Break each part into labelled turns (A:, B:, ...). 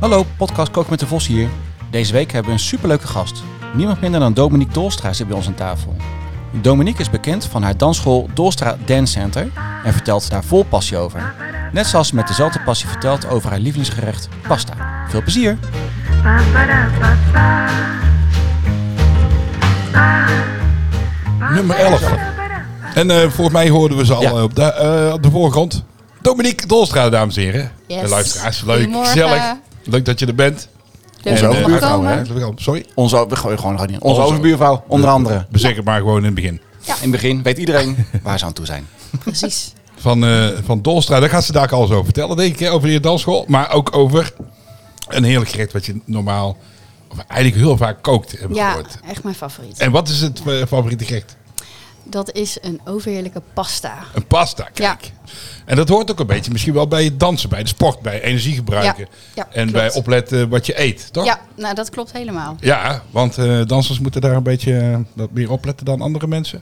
A: Hallo, podcast Kook met de Vos hier. Deze week hebben we een superleuke gast. Niemand minder dan Dominique Dolstra zit bij ons aan tafel. Dominique is bekend van haar dansschool Dolstra Dance Center en vertelt daar vol passie over. Net zoals ze met dezelfde passie vertelt over haar lievelingsgerecht pasta. Veel plezier!
B: Nummer 11. En eh, volgens mij hoorden we ze al
A: Ja.
B: eh, op, de, eh, op de voorgrond. Dominique Dolstra, dames en heren.
C: Yes.
B: De luisteraars, leuk,
C: Goedemorgen.
B: gezellig. Leuk dat je er bent.
C: Leuk
B: En,
C: dat
B: eh,
C: je mag komen.
B: hè? Sorry,
A: Onze, we gooien gewoon in.
B: Onze
A: overbuurvrouw, onder andere.
B: bezek het maar gewoon in het begin.
A: In het begin weet iedereen waar ze aan toe zijn.
C: Precies.
B: Van, eh, van Dolstra, daar gaat ze daar alles over vertellen, denk ik, hè, over je dansschool. Maar ook over een heerlijk gerecht wat je normaal, of eigenlijk heel vaak kookt, heb ik
C: Ja,
B: gehoord.
C: echt mijn favoriet.
B: En wat is het eh, favoriete gerecht?
C: Dat is een overheerlijke pasta.
B: Een pasta, kijk. En dat hoort ook een beetje misschien wel bij het dansen, bij de sport, bij energie gebruiken.
C: Ja, ja,
B: en
C: klopt.
B: bij opletten wat je eet, toch?
C: Ja, nou dat klopt helemaal.
B: Ja, want eh, dansers moeten daar een beetje eh, wat meer opletten dan andere mensen.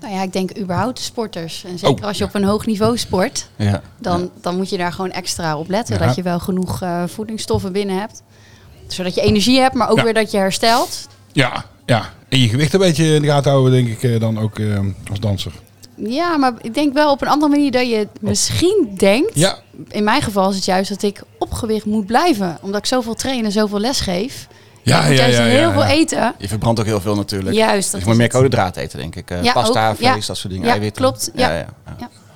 C: Nou ja, ik denk überhaupt de sporters. En zeker
B: Oh,
C: als je
B: ja.
C: op een hoog niveau sport,
A: Ja.
C: dan, dan moet je daar gewoon extra op letten.
B: Ja.
C: Dat je wel genoeg eh, voedingsstoffen binnen hebt. Zodat je energie hebt, maar ook
B: Ja.
C: weer dat je herstelt.
B: Ja, ja. En je gewicht een beetje in de gaten houden, denk ik, eh, dan ook eh, als danser.
C: Ja, maar ik denk wel op een andere manier dat je het misschien denkt.
B: Ja.
C: In mijn geval is het juist dat ik opgewicht moet blijven. Omdat ik zoveel train en zoveel les geef.
B: Ja,
C: moet juist heel veel eten.
A: Je verbrandt ook heel veel natuurlijk.
C: Juist, dat
A: Dus je
C: is
A: moet meer
C: het.
A: koolhydraten eten, denk ik. Eh,
C: Ja,
A: pasta,
C: ook, ja.
A: vlees, dat soort dingen.
C: Ja,
A: eiwitten.
C: klopt, ja. Ja.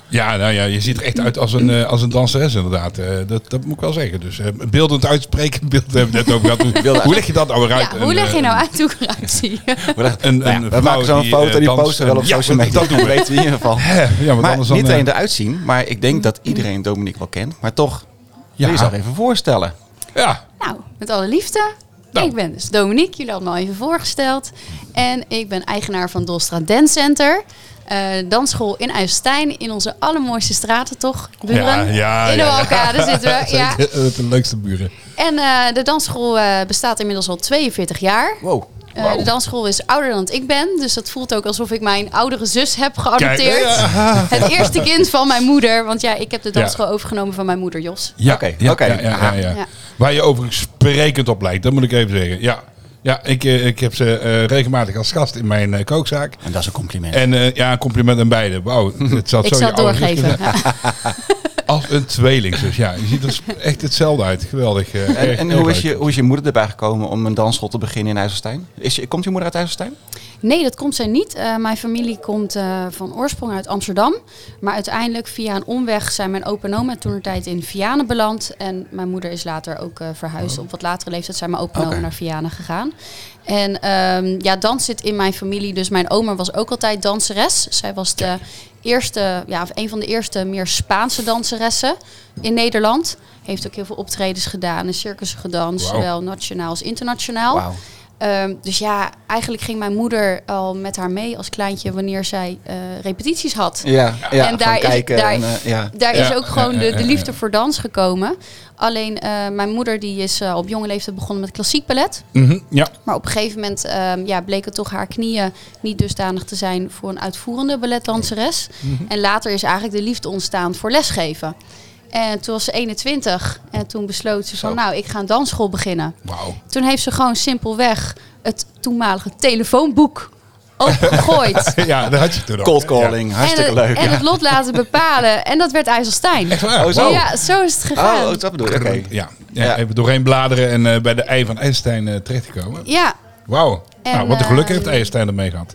B: Ja, nou ja, je ziet er echt uit als een, eh, als een danseres inderdaad. Eh, dat, dat moet ik wel zeggen. Dus eh, beeldend uitspreken, beeld hebben we het net over gehad. Hoe- Hoe leg je dat nou weer uit?
C: Ja, hoe
B: Een,
C: leg je
B: eh,
C: nou uit hoe ik eruit zie?
A: We dachten,
B: Een-
A: nou ja,
B: een
A: we
B: vrouw
A: maken zo'n
B: die,
A: foto en
B: eh,
A: die
B: danst
A: posten we wel op
B: en- Ja,
A: social
B: dat-
A: media.
B: dat doen we.
A: weten we in ieder geval.
B: hè, Ja, want
A: maar
B: anders
A: niet
B: dan... eh,
A: alleen eruit zien, maar ik denk dat iedereen Dominique wel kent. Maar toch, wil je
B: Ja.
A: jezelf even voorstellen.
B: ja,
C: Nou, met alle liefde.
B: Nou.
C: Ik ben dus Dominique, jullie hadden me al even voorgesteld. En ik ben eigenaar van Dolstra Dance Center. eh, dansschool in IJsselstein, in onze allermooiste straten toch, buren?
B: Ja, ja,
C: in de
B: ja, ja.
C: Walkade zitten we. Ja.
B: zeker. Eh, de leukste buren.
C: En eh, de dansschool eh, bestaat inmiddels al 42 jaar.
A: Wow.
C: Eh, de dansschool is ouder dan ik ben, dus dat voelt ook alsof ik mijn oudere zus heb geadopteerd.
B: Kijk,
C: Het eerste kind van mijn moeder, want ja, ik heb de
B: Ja.
C: dansschool overgenomen van mijn moeder Jos.
B: Ja,
A: Oké,
B: ja,
A: oké.
B: ja, ja, ja, ja.
C: Ja.
B: Waar je overigens sprekend op lijkt, dat moet ik even zeggen. Ja, ja ik, eh, ik heb ze eh, regelmatig als gast in mijn eh, kookzaak.
A: En dat is een compliment.
B: En eh, ja, een compliment aan beiden. Wauw, het zat
C: Ik
B: zo in
C: zal
B: je ouders
C: het doorgeven.
B: kunnen- Als een tweeling, dus ja. Je ziet er sp- echt hetzelfde uit. Geweldig. eh,
A: en,
B: erg-
A: en
B: erg
A: hoe, is
B: leuk.
A: je, hoe is je moeder erbij gekomen om een dansschool te beginnen in IJsselstein? Is je, komt je moeder uit IJsselstein?
C: Nee, dat komt zij niet. Eh, mijn familie komt eh, van oorsprong uit Amsterdam. Maar uiteindelijk via een omweg zijn mijn opa en oma toen tijd in Vianen beland. En mijn moeder is later ook eh, verhuisd. Op wat latere leeftijd zijn mijn opa en oma
A: Oh. Oké.
C: naar Vianen gegaan. En ehm, ja, dans zit in mijn familie. Dus mijn oma was ook altijd danseres. Zij was de eerste, ja, of een van de eerste meer Spaanse danseressen in Nederland. Heeft ook heel veel optredens gedaan en circussen gedanst.
B: Wauw.
C: Zowel nationaal als internationaal.
A: Wauw.
C: Ehm, dus ja, eigenlijk ging mijn moeder al met haar mee als kleintje wanneer zij eh, repetities had.
A: Ja, ja
C: en daar,
A: gewoon kijken.
C: is, daar,
A: en, eh, ja.
C: daar
B: Ja,
C: is ook
B: ja,
C: gewoon
B: ja,
C: de,
B: ja,
C: de
B: ja.
C: liefde voor dans gekomen. Alleen eh, mijn moeder die is eh, op jonge leeftijd begonnen met klassiek ballet.
B: Mhm, ja.
C: Maar op een gegeven moment ehm, ja, bleken toch haar knieën niet dusdanig te zijn voor een uitvoerende balletdanseres.
A: Mhm.
C: En later is eigenlijk de liefde ontstaan voor lesgeven. En toen was ze 21 en toen besloot ze van
A: Zo.
C: nou, ik ga een dansschool beginnen.
B: Wauw.
C: Toen heeft ze gewoon simpelweg het toenmalige telefoonboek opengegooid.
B: Ja, dat had je toen ook.
A: Cold
B: hè?
A: calling, hartstikke
C: en, het-
A: leuk.
C: en het lot laten bepalen. En dat werd IJsselstein.
B: Ja. Echt waar?
A: Oh, zo.
B: wauw.
C: Ja, zo is het gegaan.
A: Oh, dat bedoel ik. Oké.
B: Ja. Ja,
A: Ja.
B: even doorheen bladeren en eh, bij de ei van IJsselstein eh, terechtgekomen.
C: ja,
B: Wauw.
C: En,
B: Nou, wat een geluk
C: eh,
B: heeft IJsselstein ermee gehad.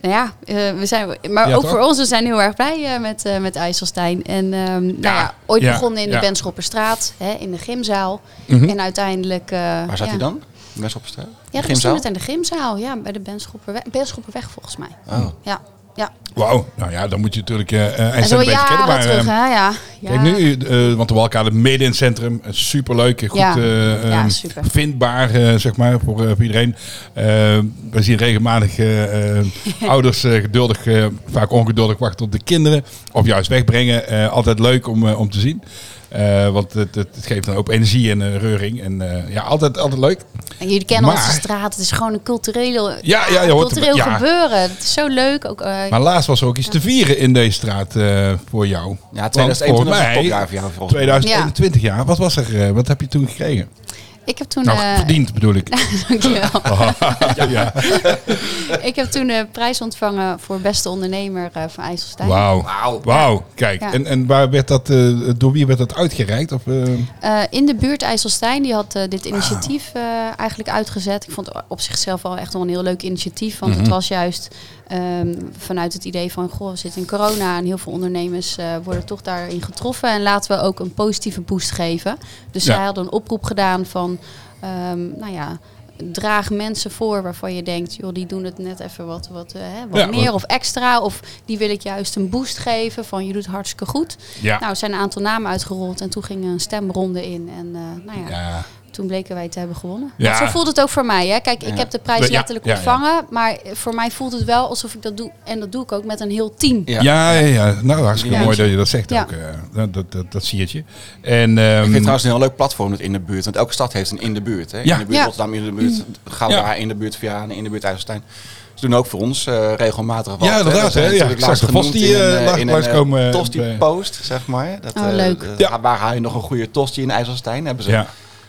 C: nou ja, eh, we zijn, maar
B: Ja,
C: ook
B: toch?
C: voor ons, we zijn heel erg blij eh, met, eh, met IJsselstein. En ehm, nou ja, ooit
B: ja,
C: begonnen in de
B: ja. Mhm.
C: Benschopperstraat, hè, in de gymzaal. En uiteindelijk... eh,
A: Waar zat
C: ja.
A: hij dan? Best op straat?
C: Ja, dat was
A: Gymzaal?
C: toen het in de gymzaal. Ja, bij de Benschopperweg, Benschopperweg volgens mij.
A: Oh.
C: Ja, ja.
B: Wauw. Nou ja, dan moet je natuurlijk eh eh,
C: En zo
B: IJsselstein een beetje kennen. Maar,
C: jaren terug,
B: eh,
C: hè, ja. ja.
B: Kijk nu, eh, want de Walkade midden in het centrum, een superleuk, goed
C: Ja.
B: eh,
C: Ja,
B: ehm,
C: super.
B: vindbaar, eh, zeg maar, voor, eh, voor iedereen. Eh, we zien regelmatig eh, eh, ouders eh, geduldig, eh, vaak ongeduldig wachten op de kinderen, of juist wegbrengen. Eh, altijd leuk om, eh, om te zien. Eh, want het, het, het geeft dan ook energie en eh, reuring. En eh, ja, altijd, altijd leuk.
C: En jullie kennen
B: Maar-
C: onze straat. Het is gewoon een culturele,
B: Ja, ja, je hoort
C: cultureel
B: erbij. Ja.
C: gebeuren. Het is zo leuk. Ook, eh,
B: Maar laatst was er ook iets te vieren in deze straat eh, voor jou.
D: Ja,
B: Want
D: 2021 was
B: volgens
D: het
B: mij-
D: topjaar voor jou volgens mij.
B: 2021 jaar. Wat was er? eh, wat heb je toen gekregen?
C: ik heb toen...
B: nou,
C: eh,
B: verdiend bedoel ik.
C: dankjewel.
B: ja. ja.
C: ik heb toen een prijs ontvangen voor beste ondernemer eh, van IJsselstein.
B: Wauw.
D: Wauw.
B: Wauw. Kijk.
C: Ja.
B: En, en waar werd dat, eh, door wie werd dat uitgereikt? Of, eh,
C: Eh, in de buurt IJsselstein, die had eh, dit initiatief eh, eigenlijk uitgezet. Ik vond het op zichzelf al echt wel een heel leuk initiatief. Want
B: Mhm.
C: het was juist ehm, vanuit het idee van, goh, we zitten in corona en heel veel ondernemers eh, worden toch daarin getroffen. En laten we ook een positieve boost geven. Dus
B: Ja.
C: zij hadden een oproep gedaan van, ehm, nou ja... Draag mensen voor waarvan je denkt, joh, die doen het net even wat, wat, eh, hè, wat
B: Ja,
C: meer
B: wat-
C: of extra. Of die wil ik juist een boost geven van je doet hartstikke goed.
B: ja.
C: Nou, er zijn een aantal namen uitgerold en toen ging een stemronde in. En eh, nou ja,
B: ja.
C: toen bleken wij te hebben gewonnen.
B: Ja.
C: Want Zo voelt het ook voor mij. Hè? Kijk, ik heb de prijs
B: Ja,
C: letterlijk
B: ja, ja.
C: ontvangen. Maar voor mij voelt het wel alsof ik dat doe. En dat doe ik ook met een heel team.
D: Ja.
B: Ja. Ja, ja. nou hartstikke
D: Ja.
B: mooi dat je dat zegt
C: Ja.
B: ook. eh. dat, dat, dat, dat zie het je. En, ehm,
D: Ik vind het trouwens een heel leuk platform het in de buurt. Want elke stad heeft een in de buurt. Hè?
B: Ja.
D: In de buurt
C: Ja. Mm.
D: Rotterdam, in de buurt Gouda,
B: Ja.
D: in de buurt Vianen, in de buurt IJsselstein. Ze doen ook voor ons eh, regelmatig wat.
B: Ja, inderdaad,
D: Dat zijn
B: hè? Ja,
D: natuurlijk
B: ik zag
D: laatst
B: de Vos
D: genoemd
B: die,
D: in een,
B: eh,
D: eh,
B: laag-
D: in
B: langskomen,
D: een
B: eh,
D: tosti
B: bij-
D: post, zeg maar. Dat,
C: Oh,
D: eh,
C: leuk.
D: eh,
B: Ja.
D: Waar haal je nog een goede tosti in IJsselstein? Hebben ze.
B: Ja.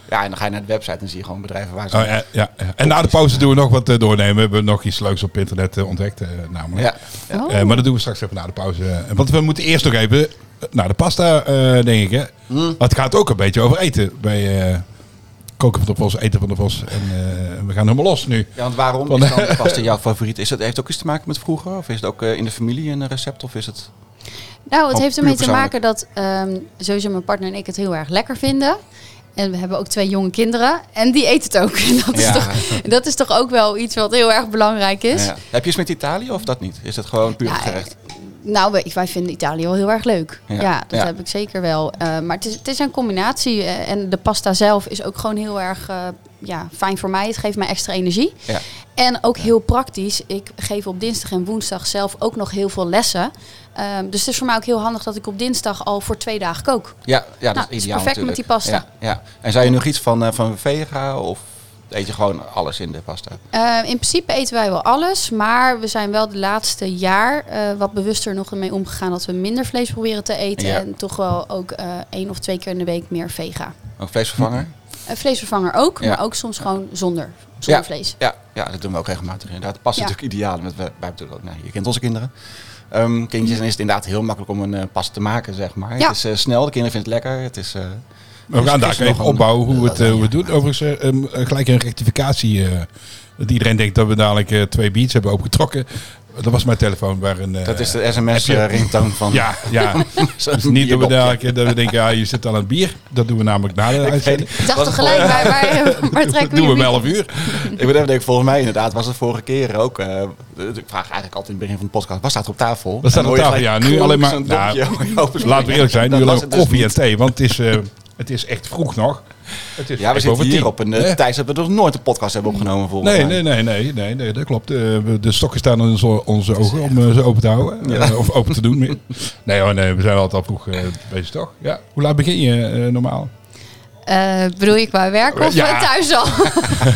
D: Ja. en dan ga je naar de website en zie je gewoon bedrijven waar ze...
B: Oh, ja, ja. En na de pauze doen we nog wat eh, doornemen. We hebben nog iets leuks op internet eh, ontdekt, eh, namelijk.
D: ja.
C: Oh.
B: Eh, maar dat doen we straks even na de pauze. Eh, Want we moeten eerst nog even eh, naar de pasta, eh, denk ik. Hè?
D: Hmm.
B: Want Het gaat ook een beetje over eten. Bij eh koken van de Vos, eten van de Vos. En eh, we gaan helemaal los nu.
D: Ja, want waarom
B: Van-
D: is dan pasta jouw favoriet? Is dat, heeft het ook iets te maken met vroeger? Of is het ook eh, in de familie een recept? Of is het...
C: Nou, het
D: Al
C: heeft ermee
D: puur
C: te maken dat ehm, sowieso mijn partner en ik het heel erg lekker vinden. En we hebben ook twee jonge kinderen. En die eten het ook. En dat,
D: Ja.
C: is toch, dat is toch ook wel iets wat heel erg belangrijk is.
D: Ja. Heb je iets met Italië of dat niet? Is het gewoon puur
C: Ja,
D: het gerecht?
C: Nou, wij, wij vinden Italië wel heel erg leuk.
D: Ja.
C: Ja, dat
D: Ja.
C: heb ik zeker wel. Eh, maar het is, het is een combinatie. eh, en de pasta zelf is ook gewoon heel erg eh, ja, fijn voor mij. Het geeft mij extra energie.
D: Ja.
C: En ook heel praktisch. Ik geef op dinsdag en woensdag zelf ook nog heel veel lessen. Ehm, dus het is voor mij ook heel handig dat ik op dinsdag al voor twee dagen kook.
D: Ja, ja dat
C: Nou, het
D: is
C: is
D: ideaal
C: perfect met
D: natuurlijk.
C: die pasta.
D: Ja, ja. En zou je nog iets van, eh, van vega of eet je gewoon alles in de pasta?
C: Eh, in principe eten wij wel alles, maar we zijn wel de laatste jaar eh, wat bewuster nog mee omgegaan dat we minder vlees proberen te eten
D: Ja.
C: en toch wel ook eh, één of twee keer in de week meer vega.
D: Ook vleesvervanger?
C: Een vleesvervanger ook,
D: Ja.
C: maar ook soms gewoon zonder, zonder
D: ja.
C: vlees.
D: Ja, ja, dat doen we ook regelmatig inderdaad. Het past
C: Ja.
D: natuurlijk ideaal. Met, wij wij bedoelen ook, nou, je kent onze kinderen. Ehm kindjes, en is het inderdaad heel makkelijk om een eh, pasta te maken, zeg maar.
C: Ja.
D: Het is eh, snel, de kinderen vinden het lekker. Het is, eh,
B: We gaan daar
D: gisteren nog
B: even
D: een-
B: opbouwen hoe we het, eh, hoe we het doen. Overigens, eh, ehm, eh, gelijk een rectificatie. eh, dat iedereen denkt dat we dadelijk eh, twee beats hebben opgetrokken. Dat was mijn telefoon. Waar een, eh,
D: dat is de sms
B: heb je-
D: eh, ringtoon van...
B: Ja, ja.
D: zo'n
B: Dus niet dat we
D: bierdopje.
B: dadelijk eh, dat we denken, ja, je zit al aan het bier. Dat doen we namelijk na de uitzending.
C: Ik dacht toch gelijk, waar, waar, waar
B: Dat
C: trekken
B: doen we
C: we
B: om
C: nu
B: 11 uur.
D: Ik ben even denk, volgens mij inderdaad was het vorige keer ook. eh, ik vraag eigenlijk altijd in het begin van de podcast, wat staat er op tafel?
B: Wat staat er op
D: En dan
B: tafel?
D: hoor je
B: Ja, nu
D: gelijk
B: alleen maar-
D: zo'n dopje
B: nou,
D: over je hoofd
B: Laten we eerlijk zijn, nu
D: Dat
B: alleen
D: was
B: maar
D: het dus
B: koffie en
D: niet.
B: thee. Want het is, eh, het is echt vroeg nog. Het is
D: Ja, we
B: even
D: zitten
B: over
D: hier
B: tien.
D: op een eh,
B: Eh,
D: tijd dat we nog nooit een podcast hebben opgenomen volgens
B: Nee,
D: mij.
B: nee, nee, nee, nee, nee, dat klopt. Eh, we- de stokken staan in onze, onze ogen om eh, ze open te houden. Eh, of open te doen. meer. Nee hoor, nee, we zijn altijd al vroeg eh, bezig toch? Ja. Hoe laat begin je eh, normaal?
C: Eh, bedoel je qua werk of
B: Ja.
C: eh, thuis al?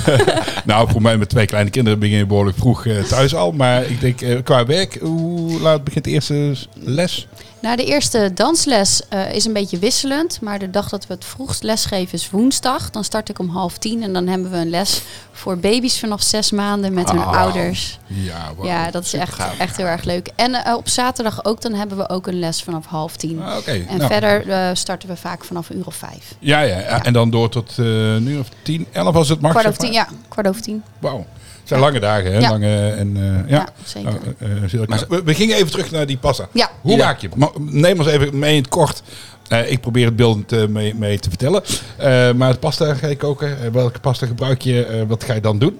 B: Nou, voor mij met twee kleine kinderen begin je behoorlijk vroeg eh, thuis al. Maar ik denk, eh, qua werk, hoe laat begint de eerste les?
C: nou, de eerste dansles eh, is een beetje wisselend, maar de dag dat we het vroegst lesgeven is woensdag. Dan start ik om half tien en dan hebben we een les voor baby's vanaf zes maanden met hun
D: Ah.
C: ouders.
B: Ja, Oh. wauw.
C: Ja, dat is echt, echt heel erg leuk. En eh, op zaterdag ook, dan hebben we ook een les vanaf half tien.
B: Ah, Oké.
C: En
B: nou.
C: verder eh, starten we vaak vanaf een uur of vijf.
B: Ja, ja, ja, en dan door tot eh, nu of tien, elf als het mag.
C: Kwart
B: zeg
C: over tien,
B: maar.
C: ja, kwart over tien.
B: Wauw. Het zijn lange dagen, hè?
C: Ja.
B: Lange en, eh,
C: Ja,
B: ja.
C: zeker.
B: Nou, eh, eh, zeer knap. we, we gingen even terug naar die pasta.
C: Ja.
B: Hoe
D: Ja.
B: maak je hem? Ma- Neem ons even mee in het kort. Eh, ik probeer het beeldend eh, mee, mee te vertellen. Eh, maar het pasta ga je koken. Eh, welke pasta gebruik je? Eh, wat ga je dan doen?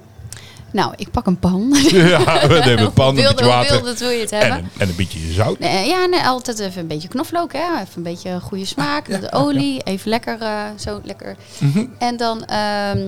C: Nou, ik pak een pan.
B: ja, we nemen een pan, een beetje
C: Hoe
B: water
C: wilde wil je het
B: en
C: hebben?
B: een, en een beetje zout.
C: Nee, Eh, ja, nee, altijd even een beetje knoflook, hè? even een beetje goede smaak,
B: Ah, ja,
C: de
B: ja, Mhm.
C: olie, even lekker, eh, zo lekker. En dan ehm,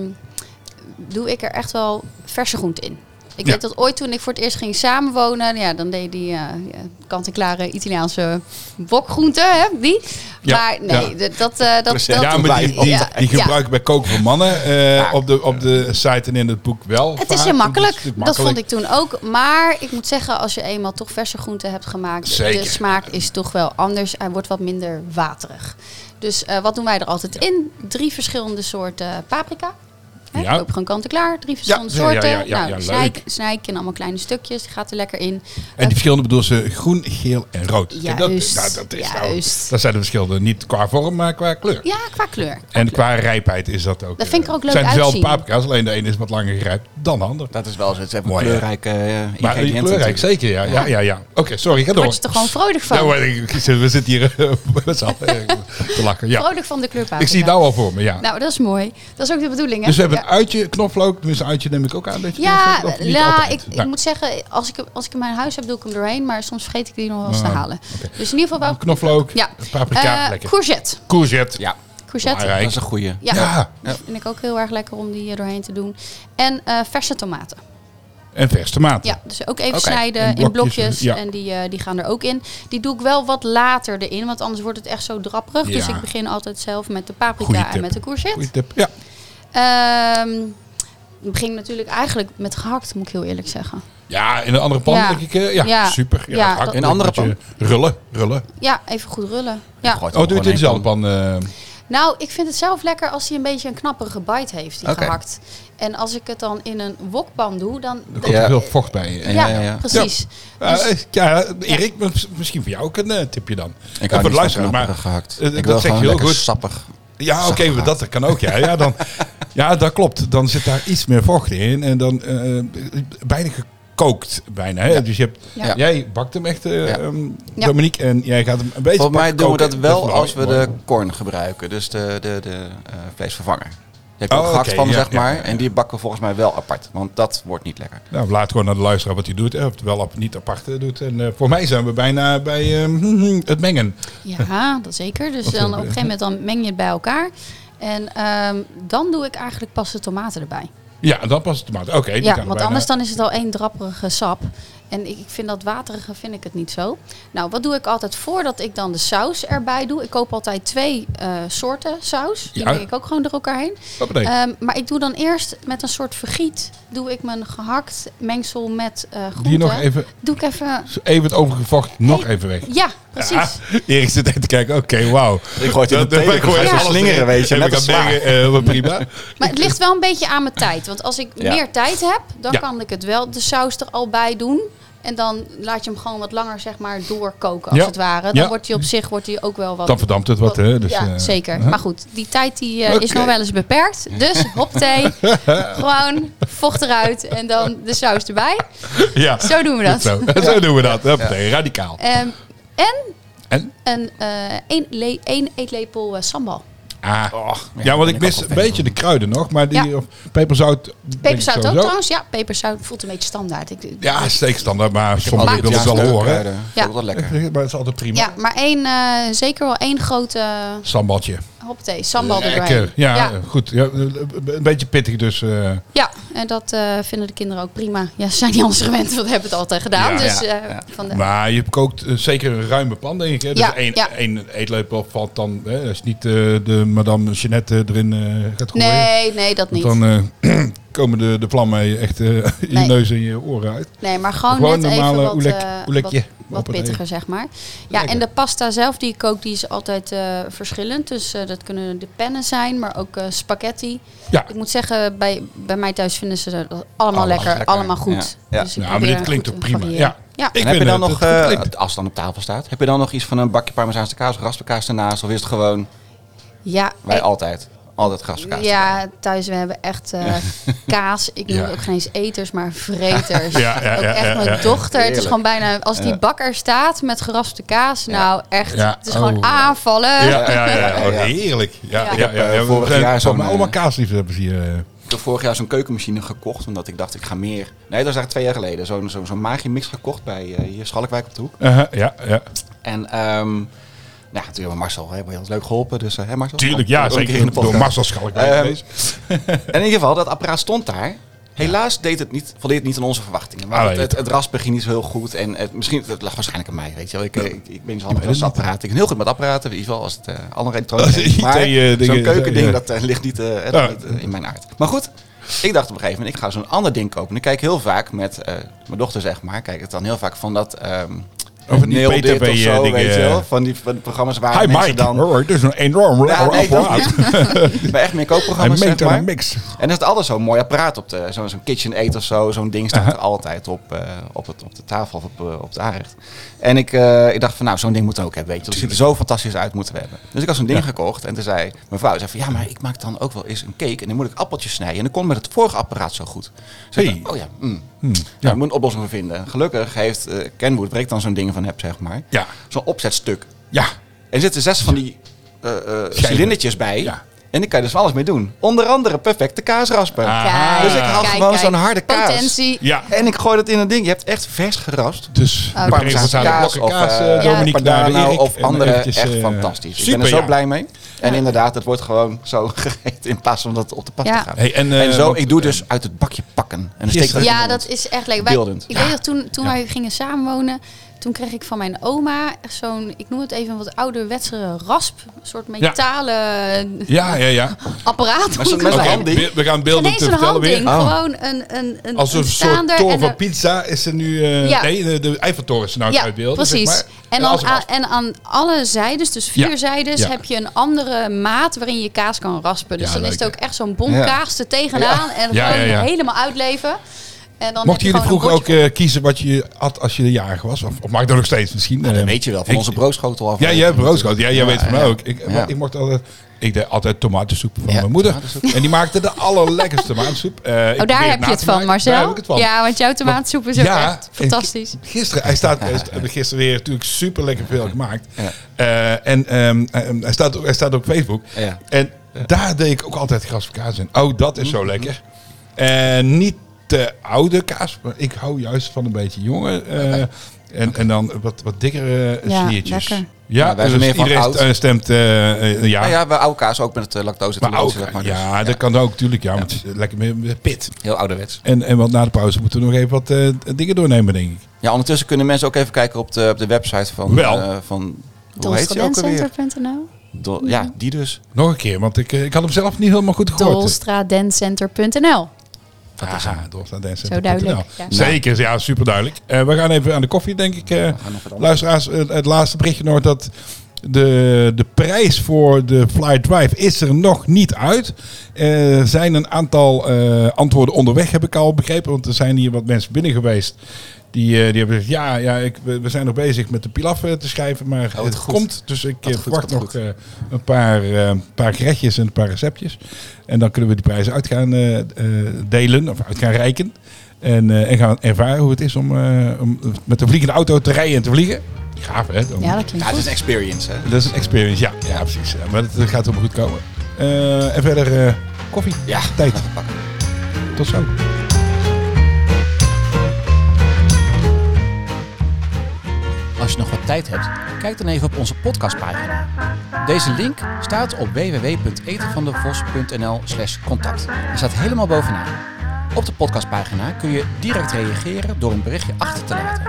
C: doe ik er echt wel verse groenten in. Ik
B: Ja.
C: weet dat ooit toen ik voor het eerst ging samenwonen, ja, dan deed die eh, ja, kant-en-klare Italiaanse bokgroente, hè, die.
B: Ja,
C: Maar
B: ja.
C: nee, dat... dat, eh, dat, dat
B: ja, maar die, die,
C: Ja,
B: die
C: ja.
B: gebruiken bij koken voor mannen eh, op, de, op de site en in het boek wel.
C: Het
B: vaak.
C: is heel
B: Het
C: makkelijk.
B: is natuurlijk
C: Dat vond
B: makkelijk.
C: ik toen ook. Maar ik moet zeggen, als je eenmaal toch verse groenten hebt gemaakt,
B: Zeker.
C: de smaak is toch wel anders. Hij wordt wat minder waterig. Dus eh, wat doen wij er altijd in? Drie verschillende soorten paprika. Hè,
B: Ja.
C: Koop gewoon kanten klaar. Drie verschillende
B: ja, ja,
C: soorten.
B: ja, ja,
C: nou,
B: ja,
C: snij,
B: leuk.
C: snij in allemaal kleine stukjes. Die gaat er lekker in. Eh,
B: En die verschillende bedoel ze groen, geel en rood. Kijk, dat,
C: Juist,
B: nou, dat, is nou,
C: juist.
B: dat zijn de verschillende. Niet qua vorm, maar qua kleur.
C: Ja, qua kleur.
B: En qua rijpheid is dat ook.
C: Dat vind ik er ook leuk
B: Het zijn dezelfde
C: uitzien.
B: paprika's, alleen de ene is wat langer gerijpt dan de ander.
A: Dat is wel zo. Het zijn
B: Mooi, hè?
A: kleurrijke eh,
B: Maar
A: ingrediënten.
B: die kleurrijk,
A: natuurlijk.
B: zeker, ja. ja, ja, ja. Oké, sorry, ga door.
C: Word je er gewoon vrolijk van?
B: Ja, maar ik- ik zit- we zitten hier eh, met z'n allen eh, te lachen. Ja.
C: Vrolijk van de kleur paprika.
B: Ik zie het nou al voor me, ja.
C: Nou, dat is mooi. Dat is ook de bedoeling. Hè?
B: Dus we hebben
C: Ja.
B: een uitje, knoflook. Dus een uitje neem ik ook aan dat je
C: Ja,
B: knoflook- of niet
C: ja ik,
B: altijd?
C: ik
B: Nou,
C: moet zeggen, als ik, als ik hem in mijn huis heb, doe ik hem doorheen. Maar soms vergeet ik die nog wel eens te
B: Ah,
C: halen.
B: oké. Nou,
C: Dus in ieder geval wel...
B: Knoflook,
C: Ja.
B: paprika,
C: Eh,
B: lekker.
C: Courgette.
B: Courgette.
A: Ja,
C: Courgette.
B: Belangrijk.
A: dat is een goeie.
C: Ja.
B: Ja.
C: Dat vind ik ook heel erg lekker om die er doorheen te doen. En eh, verse tomaten.
B: En vers tomaten.
C: Ja, dus ook even
A: Oké.
C: snijden
B: En
C: in
B: blokjes,
C: blokjes.
B: ja.
C: En die, eh, die gaan er ook in. Die doe ik wel wat later erin, want anders wordt het echt zo drapperig. Dus
B: Ja.
C: ik begin altijd zelf met de
B: Goeie
C: paprika en
B: tip.
C: met de courgette.
B: Goeie tip. Ja.
C: Ehm ik begin natuurlijk eigenlijk met gehakt, moet ik heel eerlijk zeggen.
B: ja, in een andere pan
C: Ja.
B: denk ik. eh, Ja,
C: Ja.
B: super. Ja,
C: Ja,
B: hak-
C: dat-
B: een
A: andere
B: beetje Rullen, rullen.
C: Ja, even goed rullen. Ja.
A: Gooit hem
B: Oh, doe je
A: gewoon
B: Oh, het in
A: in
B: dezelfde
A: pan.
B: pan? eh,
C: Nou, ik vind het zelf lekker als hij een beetje een knapperige bite heeft, die
A: Oké.
C: gehakt. En als ik het dan in een wokpan doe, dan...
B: er komt
A: Ja.
B: er veel vocht bij. eh.
C: Ja,
A: ja, ja.
C: precies.
B: Ja,
C: Dus-
B: eh, ja, Erik, mis- misschien voor jou ook een eh, tipje dan.
A: Ik
B: heb het
A: hou niet van
B: luisteren, maar
A: knapperige gehakt.
B: eh,
A: Ik wil
B: dat zeg
A: gewoon
B: je heel
A: lekker
B: goed.
A: sappig.
B: Ja, oké,
A: gehakt.
B: dat kan ook. Ja, ja, dan, ja, dat klopt. Dan zit daar iets meer vocht in en dan eh, bijna gekookt bijna. Hè? Dus je hebt,
C: Ja.
B: jij bakt hem echt, eh,
A: Ja.
B: ehm,
C: Ja.
B: Dominique, en jij gaat hem een beetje
A: Volgens mij
B: bakken,
A: doen we
B: koken.
A: dat wel
B: is mooi,
A: als we
B: mooi.
A: de korn gebruiken. Dus de, de, de eh, vleesvervanger. Je hebt
B: Oh,
A: ook gehakt
B: oké,
A: van,
B: ja,
A: zeg
B: ja,
A: maar.
B: ja, ja.
A: En die bakken we volgens mij wel apart. Want dat wordt niet lekker.
B: Nou, laat gewoon naar de luisteraar wat hij doet. Hè, of het wel of niet apart eh, doet. En eh, voor mij zijn we bijna bij ehm, het mengen.
C: Ja, dat zeker. Dus
B: Wat
C: dan op
B: wil
C: een
B: je?
C: gegeven moment dan meng je het bij elkaar. En ehm, dan doe ik eigenlijk pas de tomaten erbij.
B: Ja, en dan pas de tomaat. Oké, die
C: ja,
B: kan er
C: want
B: bijna-
C: anders dan is het al één drapperige sap. En ik ik vind dat waterige vind ik het niet zo. Nou, wat doe ik altijd voordat ik dan de saus erbij doe? Ik koop altijd twee eh, soorten saus. Die
B: Ja.
C: breng ik ook gewoon door elkaar heen.
B: Hoppatee.
C: Ehm, maar ik doe dan eerst met een soort vergiet, doe ik mijn gehakt mengsel met eh groenten.
B: Die nog even,
C: Doe ik even...
B: even het overgevocht nog
C: Hey.
B: even weg.
C: Ja, precies.
B: Ja, Ah, Erik zit echt te kijken, oké, wauw.
A: Ik gooi het in de
B: Dat-
A: thee,
B: ik
A: dan
B: gooi
A: ga je
B: alles
A: zo slingeren,
B: erin.
A: weet je,
B: En
A: net
B: ik
A: als
B: kan denken, eh, wat prima.
C: Maar het ligt wel een beetje aan mijn tijd. Want als ik
A: Ja.
C: meer tijd heb, dan
B: Ja.
C: kan ik het wel de saus er al bij doen. En dan laat je hem gewoon wat langer zeg maar doorkoken als
B: Ja.
C: het ware. Dan
B: Ja.
C: wordt hij op zich wordt hij ook wel wat...
B: Dan verdampt het wat, hè. Dus,
C: ja,
B: eh,
C: zeker.
B: hè?
C: Maar goed, die tijd die, eh, is
B: Oké.
C: nog wel eens beperkt. Dus hop thee, gewoon vocht eruit en dan de saus erbij.
B: Ja,
C: Zo doen we
B: goed
C: dat.
B: zo. Zo doen we dat. Hoppatee, radicaal.
C: Ehm, en
B: En?
C: een, eh één, le- één eetlepel eh, sambal.
B: Ah.
A: ja,
B: ja, want
A: ben
B: ik
A: ik
B: mis
A: ook wel
B: een
A: fan
B: beetje de kruiden nog, maar die
C: Ja.
B: of peperzout... denk ik
C: Peperzout ook
B: sowieso.
C: trouwens. Ja, peperzout voelt een beetje standaard. Ik,
B: Ja, steekstandaard, maar sommigen
C: altijd
B: willen het wel
A: eh, Ja,
B: horen.
A: kruiden.
C: Ja.
A: Vond ik wel lekker.
B: hè. Maar het is altijd prima.
C: ja, maar één, eh, zeker wel één grote eh,
B: Sambaltje.
C: Hoppatee, sambal
B: Lekker.
C: erbij.
B: Ja,
C: ja.
B: goed. Ja, eh, een beetje pittig dus. eh,
C: Ja, en dat eh, vinden de kinderen ook prima. Ja, ze zijn niet anders gewend, want we hebben het altijd gedaan.
B: Ja,
C: dus,
A: ja,
C: eh,
A: ja.
C: Van de,
B: Maar je kookt eh, zeker een ruime pan, denk ik. Hè? Dus
C: Ja,
B: één,
C: ja.
B: één eetlepel valt dan, hè, als je niet eh, de madame Jeannette erin eh, gaat gooien.
C: nee, nee, dat
B: want
C: niet.
B: dan eh, komen de, de vlammen echt eh, je
C: Nee.
B: neus en je oren uit.
C: nee, maar gewoon,
B: gewoon
C: net even
B: normale
C: wat,
B: oelek-
C: eh,
B: oelekje.
C: wat, wat
B: Hoppatee.
C: pittiger, zeg maar. Ja,
B: Lekker.
C: en de pasta zelf die ik kook, die is altijd eh, verschillend. Dus eh, dat kunnen de pennen zijn, maar ook eh, spaghetti.
B: Ja,
C: Ik moet zeggen, bij, bij mij thuis vinden ze dat allemaal, lekker,
A: lekker.
C: allemaal goed.
A: Ja, ja.
C: Dus
B: Ja,
C: ik
B: Nou, maar
C: probeer
B: dit klinkt
C: goed
B: ook
C: te
B: prima.
C: variëren.
B: Ja.
C: ja.
B: Ik
A: en heb je
B: vind
A: dan
B: het-
A: nog,
B: het
A: eh,
B: klinkt.
A: als het dan op tafel staat, heb je dan nog iets van een bakje Parmezaanse kaas, raspberkaas ernaast? Of is het gewoon,
C: ja
A: wij
C: en-
A: altijd, altijd raspberkaas?
C: Ja, thuis we hebben echt eh, kaas. Ik noem
B: Ja.
C: het ook geen eens eters, maar vreters.
B: Ja, ja,
C: ook
B: ja,
C: echt
B: ja,
C: mijn
B: ja.
C: dochter. Het is
A: Heerlijk.
C: gewoon bijna als die
A: Ja.
C: bakker staat met geraspte kaas. Nou, echt.
B: Ja,
C: Het is gewoon
B: oh.
C: aanvallen.
B: ja, ja, ja, ja.
A: Ja,
D: Oh,
A: ja.
B: heerlijk. Ja, ja.
C: Ik
B: Ja,
A: heb, eh,
B: ja, we
A: vorig
B: zijn-
A: jaar zo'n,
B: maar
A: eh,
B: allemaal kaasliefhebbers hier. eh.
A: Ik heb vorig jaar zo'n keukenmachine gekocht, omdat ik dacht ik ga meer... Nee, dat was eigenlijk twee jaar geleden. Zo'n zo, zo'n Magimix gekocht bij eh, hier Schalkwijk op de hoek.
B: Aha, Uh-huh, ja, ja.
A: En ehm nou, natuurlijk met Marcel, hè, we heel leuk geholpen. Dus, eh, hè, Marcel?
B: Tuurlijk, ja,
A: Ook een keer
B: zeker
A: in de
B: door
D: Ehm,
A: podcast.
B: Marcel Schalkwijk.
A: Ehm, En in ieder geval, dat apparaat stond daar.
D: Helaas deed het niet, voldeed het niet aan onze verwachtingen. Maar
B: Ah,
D: het,
B: weet
D: het, het raspen ging niet zo heel goed. En het, misschien, het lag waarschijnlijk aan mij, weet je wel. Ik, eh, ik, ik ben niet zo handig
B: weet
D: met
B: het niet.
D: apparaten. Ik ben heel goed met apparaten, in ieder geval als het eh andere
B: Als
D: elektronica
B: IT,
D: Maar
B: eh,
D: zo'n
B: dingen,
D: keukending,
B: ja.
D: dat eh, ligt niet eh,
B: Ja.
D: dat, eh, in mijn aard. Maar goed, ik dacht op een gegeven moment, ik ga zo'n ander ding kopen. En ik kijk heel vaak met eh, mijn dochter, zeg maar, kijk het dan heel vaak van dat... ehm
B: Of die
D: Nail Dit
B: PTP,
D: of zo,
B: eh,
D: weet je
B: dingen.
D: wel. Van die van die programma's waar
B: Hi
D: mensen
B: Mike,
D: dan...
B: hoor, dit is een enorm
D: Ja, nee, dat
B: apparaat.
D: Maar echt meer
B: Hij
D: koopprogramma's, zeg
B: meet
D: maar.
B: een mix.
D: En er staat altijd zo'n mooi apparaat op. de- Zo'n zo'n KitchenAid of zo. Zo'n ding staat
B: Uh-huh.
D: er altijd op, eh, op, het, op de tafel of op, eh, op de aanrecht. En ik, eh, ik dacht van, nou, zo'n ding moeten we ook hebben, weet je. Dat ziet er zo fantastisch uit, moeten we hebben. Dus ik had zo'n ding gekocht. En toen zei mijn vrouw, zei van, ja, maar ik maak dan ook wel eens een cake. En dan moet ik appeltjes snijden. En dat kon met het vorige apparaat zo goed. Dus ik
B: Hey.
D: dacht, oh ja, mm.
B: Hm,
D: Nou, we moeten een oplossing voor vinden. Gelukkig heeft eh, Kenwood, waar ik dan zo'n ding van heb, zeg maar.
B: Ja.
D: Zo'n opzetstuk.
B: Ja,
D: En er zitten zes van die eh, eh, cilindertjes bij.
B: Ja.
D: En daar kan je dus van alles mee doen. Onder andere perfecte kaasraspen.
B: Ah.
C: Kijk,
D: Dus ik haal
C: kijk,
D: gewoon
C: kijk.
D: zo'n harde kaas.
C: Potentie.
B: ja.
D: En ik gooi dat in een ding. Je hebt echt vers gerast.
B: Dus
C: Oh,
B: de regels
C: dat
D: Parmezaanse
B: aan de
D: kaas
B: blokken
D: of
B: kaas,
D: eh,
B: eh, Dominique
D: Pandanao
B: daar, Erik.
D: of
B: En
D: andere.
B: eventjes,
D: echt
B: eh,
D: fantastisch. ik
B: super,
D: ben er zo
B: ja.
D: blij mee. En inderdaad, het wordt gewoon zo gegeten in plaats van dat het op de pas
C: Ja.
D: te gaan.
B: Hey, en, eh,
D: en zo,
B: want,
D: ik doe
B: eh,
D: dus uit het bakje pakken. En dan steek ik
B: gisteren-
D: in
C: Ja,
D: mijn
C: dat
D: mond.
C: is echt leuk. Wij-
D: Beeldend.
C: ik weet nog, toen, toen wij gingen samenwonen, toen kreeg ik van mijn oma echt zo'n, ik noem het even een wat ouderwetsere rasp. Een soort metalen
B: Ja, ja, ja.
C: apparaat.
D: zo'n-
C: moet ik
D: met
B: Oké,
D: een
C: zeggen.
D: hand- handdoek.
B: we- we gaan
C: Geen
B: beelden
C: eens
B: te
C: een
B: vertellen
C: handding,
B: weer. Ah.
D: Oh.
C: gewoon een, een, een,
B: Als een soort
C: staander
B: toren
C: en
B: van
C: een-
B: pizza is er nu... eh,
C: Ja.
B: Nee, de, de Eiffeltoren is er nou
C: Ja,
B: uit beeld.
C: precies.
B: Zeg maar.
C: En,
B: als een
C: dan aan,
B: afspraak.
C: en aan alle zijdes, dus vier
B: Ja.
C: zijdes,
B: Ja.
C: heb je een andere maat waarin je kaas kan raspen. Dus
B: Ja,
C: dan
B: leuk,
C: is het ook
B: hè?
C: echt zo'n bom kaas er tegenaan en
B: Ja,
C: gewoon
B: ja, ja.
C: helemaal uitleven. En dan
B: Mochten
C: heb je
B: jullie
C: gewoon
B: vroeger
C: een
B: ook eh, kiezen wat je had als je jarig was? Of, of maakt dat nog steeds misschien?
D: Nou, dat
B: Eh,
D: weet je wel, van
B: ik-
D: onze broodschotel af.
B: Ja, jij hebt broodskoot. Ja, jij weet van mij
D: ja.
B: ook. Ik,
D: Ja.
B: maar ik mocht altijd... Ik deed altijd tomatensoep van
D: Ja,
B: mijn moeder.
D: tomatensoep.
B: En die maakte de allerlekkerste tomatensoep. Eh, ik
C: Oh,
B: probeer
C: daar
B: na
C: heb je
B: te
C: het van,
B: maken.
C: Marcel.
B: Daar heb ik het van.
C: Ja, want jouw tomaatsoep is ook echt
B: en
C: fantastisch.
B: gi- Gisteren, hij staat, hij sta- gisteren weer natuurlijk super lekker veel gemaakt.
D: Ja.
B: Eh, en ehm, ehm, hij, staat, ook- hij staat ook op Facebook.
D: Ja. Mhm.
B: En daar deed ik ook altijd gras voor kaas in. Oh, dat is zo lekker. En niet de oude kaas, maar ik hou juist van een beetje jonge. eh, en, en dan wat, wat dikkere
C: Ja,
B: sliertjes.
C: lekker.
B: Ja,
D: Ja, wij
B: dus
D: zijn meer van
B: iedereen
D: oud. Ah,
B: st- eh, stemt eh, eh, ja.
D: Ja, ja, we oude kaas ook met het eh, lactose
B: Maar ook,
D: tolerantie, zeg maar. Dus,
B: ja, dat kan ook, natuurlijk. Ja, want het is lekker met, met pit.
D: Heel ouderwets.
B: En, en want na de pauze moeten we nog even wat eh, dingen doornemen, denk ik.
D: Ja, ondertussen kunnen mensen ook even kijken op de, op de website van...
B: Wel.
D: eh, van hoe heet die ook alweer?
C: Dolstradentcenter.nl
D: Do- ja, die dus.
B: Nog een keer, want ik, eh, ik had hem zelf niet helemaal goed gehoord.
C: Dolstradentcenter.nl
D: Dat is
B: Ah, doorstaandensen.
C: Zo duidelijk, ja.
D: Nou.
B: Zeker, ja, super duidelijk. we gaan even aan de koffie, denk ik. eh.
D: even dan.
B: luisteraars, eh, het laatste berichtje nog dat de, de prijs voor de Fly Drive is er nog niet uit. Eh, Er zijn een aantal eh, antwoorden onderweg, heb ik al begrepen. Want er zijn hier wat mensen binnen geweest. Die, eh, die hebben gezegd, ja, ja ik, we, we zijn nog bezig met de pilaf eh, te schrijven, maar
D: Oh, wat
B: het
D: goed.
B: komt. Dus ik eh,
D: goed,
B: verwacht
D: wat
B: nog
D: goed.
B: eh, een paar, eh, paar gerechtjes en een paar receptjes. En dan kunnen we die prijzen uit gaan eh, eh, delen of uit gaan reiken. En, eh, en gaan ervaren hoe het is om, eh, om met een vliegende auto te rijden en te vliegen. Gaaf hè? Dan-
C: Ja, dat klinkt
D: Ja, het is
C: goed.
D: een experience, hè?
B: Dat is een experience, ja. Ja, precies. Ja, Maar dat, dat gaat helemaal goed komen. Eh, en verder eh, koffie.
D: Ja,
B: Tijd.
D: even pakken.
B: Tot zo.
D: Als je nog wat tijd hebt, kijk dan even op onze podcastpagina. Deze link staat op www.etenvandevos.nl slash contact. Er staat helemaal bovenaan. Op de podcastpagina kun je direct reageren door een berichtje achter te laten.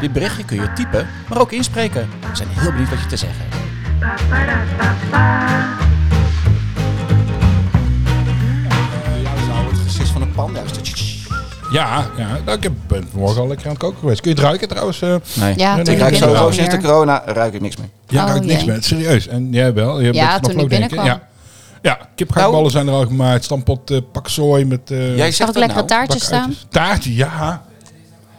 D: Dit berichtje kun je typen, maar ook inspreken. We zijn heel benieuwd wat je te zeggen hebt. Ja, nou, het gesis van een panda. Oh,
B: Ja, ja nou, ik heb- ben vanmorgen al lekker aan het koken geweest. Kun je het ruiken trouwens? eh?
D: Nee,
C: Ja,
B: Nee,
C: toen
B: nee,
D: ik ruik
C: ik
B: zo-
D: sowieso
C: binnenkwam
D: sinds de
C: weer.
D: corona ruik ik niks meer.
B: Ja,
C: Oh,
B: daar heb ik niks
C: jee.
B: mee. Serieus. En jij wel. Je
C: Ja,
B: bent
C: toen ik binnenkwam.
B: Ja. ja, kipgehaktballen
D: Nou.
B: zijn er al gemaakt. Stampot eh pakzooi met...
D: Jij
B: eh,
C: Zag
D: zegt
C: ik
D: dat
C: lekkere
D: nou.
C: taartjes staan?
B: bakuitjes. Taartje, ja.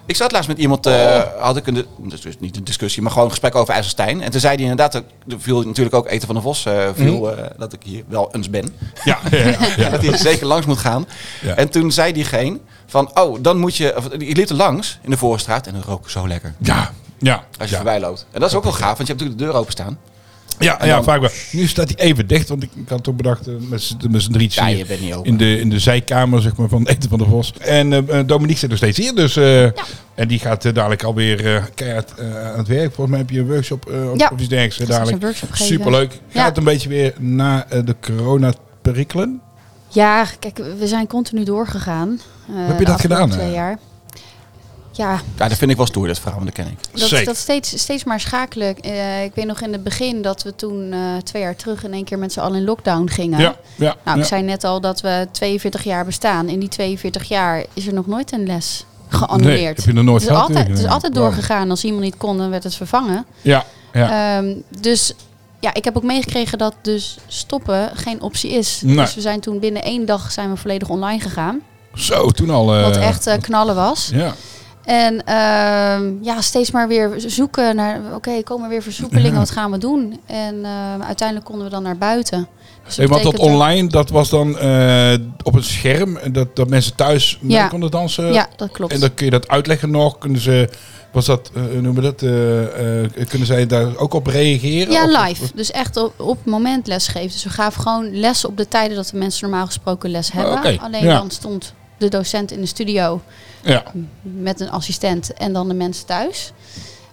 D: Ik zat laatst met iemand, eh,
B: Oh.
D: had ik een, di- dus dus niet een discussie, maar gewoon een gesprek over IJsselstein. En toen zei hij inderdaad, ook- er viel natuurlijk ook Eten van de Vos, eh, viel, eh, dat ik hier wel eens ben.
B: Ja, ja, Mhm. ja, ja.
D: Dat hij zeker langs moet gaan.
B: Ja.
D: En toen zei diegene van, oh, dan moet je, of, je liep er langs in de voorstraat en het rook zo lekker.
B: Ja, ja.
D: Als je
B: ja.
D: voorbij loopt. En dat is ook wel gaaf, want je hebt natuurlijk de deur openstaan.
B: Ja, ja vaak wel. Nu staat hij even dicht, want ik, ik had toch bedacht eh, met z'n- met z'n drietjes
D: Ja,
B: hier
D: je bent niet open.
B: in, de, in de zijkamer zeg maar, van Eten van de Vos. En eh, eh, Dominique zit nog steeds hier, dus eh, en die gaat eh, dadelijk alweer eh, keihard eh, aan het werk. Volgens mij heb je een workshop eh, of-
C: Ja.
B: of iets dergelijks eh,
C: Straks
B: dadelijk.
C: een workshop geven.
B: Superleuk.
C: Ja.
B: Gaat een beetje weer na eh, de corona perikelen.
C: Ja, kijk, we zijn continu doorgegaan. eh,
B: heb je dat
C: de afgelopen
B: gedaan,
C: Twee
B: eh?
C: jaar. Ja,
A: Ja, dat vind ik wel stoer, dat verhaal, want dat ken ik.
C: Dat
B: Zeker.
C: is dat steeds, steeds maar schakelijk. Eh, ik weet nog in het begin dat we toen eh, twee jaar terug in één keer met z'n allen in lockdown gingen.
B: Ja, ja,
C: Nou,
B: ja.
C: ik zei net al dat we 42 jaar bestaan. In die 42 jaar is er nog nooit een les geannuleerd.
B: Nee, heb je er nooit
C: het, is
B: gehad, eh?
C: altijd, het is
B: natuurlijk.
C: altijd doorgegaan. Als iemand niet kon, dan werd het vervangen.
B: Ja, ja.
C: Ehm, dus ja, ik heb ook meegekregen dat dus stoppen geen optie is.
B: Nee.
C: Dus we zijn toen binnen één dag zijn we volledig online gegaan.
B: Zo, toen al. eh,
C: Wat echt eh, knallen was.
B: Ja,
C: En ehm, ja, steeds maar weer zoeken naar, oké, komen weer versoepelingen,
B: Ja.
C: wat gaan we doen? En ehm, uiteindelijk konden we dan naar buiten. Dus
B: Hey, want dat
C: betekent ook-
B: online, dat was dan eh, op een scherm, eh, dat, dat mensen thuis mee
C: Ja.
B: konden dansen.
C: Ja, dat klopt.
B: eh, En dan kun je dat uitleggen nog. Kunnen ze, was dat, eh, hoe noemen we dat, eh, eh, kunnen zij daar ook op reageren? Of-
C: ja,
B: of-
C: live. Dus echt op, op het moment lesgeven. Dus we gaven gewoon les op de tijden dat de mensen normaal gesproken les hebben.
B: Ah, oké,
C: Alleen
B: ja.
C: dan stond de docent in de studio
B: ja,
C: met een assistent en dan de mensen thuis.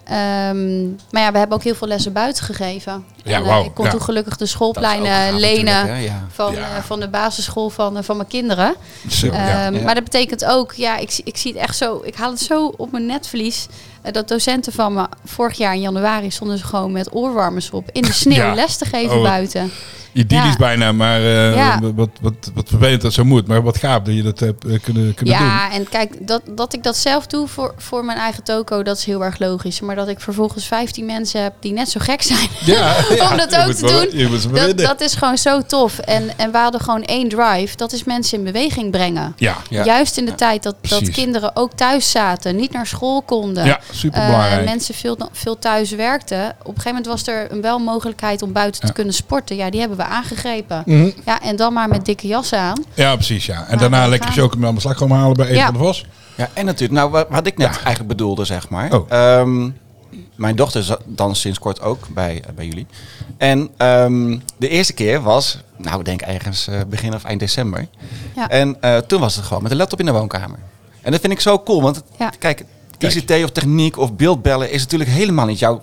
C: Ehm, maar ja, we hebben ook heel veel lessen buiten gegeven.
B: Ja,
C: En, eh,
B: wauw,
C: ik kon
B: ja.
C: toen gelukkig de
A: Dat is ook gaaf
C: schoolpleinen
A: natuurlijk,
C: lenen
A: hè, ja.
C: van,
B: Ja.
C: eh, van de basisschool van, eh, van mijn kinderen.
B: zo, ja.
C: Ehm,
A: Ja.
C: Maar dat betekent ook, ja, ik, zie- ik zie het echt zo, ik haal het zo op mijn netvlies. eh, dat docenten van me vorig jaar in januari stonden ze gewoon met oorwarmers op in de sneeuw
B: Ja.
C: les te geven
B: Oh.
C: buiten.
B: Idyllisch
C: ja.
B: bijna, maar eh,
C: Ja.
B: wat, wat, wat vervelend dat zo moet. Maar wat gaaf dat je dat hebt eh, kunnen, kunnen doen.
C: Ja, en kijk, dat, dat ik dat zelf doe voor, voor mijn eigen toko, dat is heel erg logisch. Maar dat ik vervolgens 15 mensen heb die net zo gek zijn.
B: Ja,
C: Om dat
B: je
C: ook
B: moet
C: te
B: wel-
C: doen.
B: Je moet ze
C: Dat,
B: verbinden.
C: dat is gewoon zo tof. En, en we hadden gewoon één drive, dat is mensen in beweging brengen.
B: Ja,
A: Ja.
C: Juist in de tijd dat, dat
B: Precies.
C: kinderen ook thuis zaten, niet naar school konden.
B: ja, superbelangrijk.
C: Eh, mensen veel, veel thuis werkten. Op een gegeven moment was er een wel mogelijkheid om buiten
B: Ja.
C: te kunnen sporten. Ja, die hebben we aangegrepen.
B: Mhm.
C: Ja, en dan maar met dikke jassen aan.
B: Ja, precies. Ja. En
C: Maar
B: daarna
C: dan
B: lekker
C: gaan-
B: chocomel aan slagroom halen bij Eva
C: Ja.
B: van de Vos.
A: Ja, en natuurlijk, nou, wa- wat ik net eigenlijk bedoelde, zeg maar.
B: Oh.
A: Ehm, mijn dochter za- danst sinds kort ook bij, eh, bij jullie. En ehm, de eerste keer was, nou, ik denk ergens eh, begin of eind december.
C: Ja.
A: En eh, toen was het gewoon met een laptop in de woonkamer. En dat vind ik zo cool, want het-
C: Ja.
A: kijk,
B: Kijk.
A: ICT of techniek of beeldbellen is natuurlijk helemaal niet jouw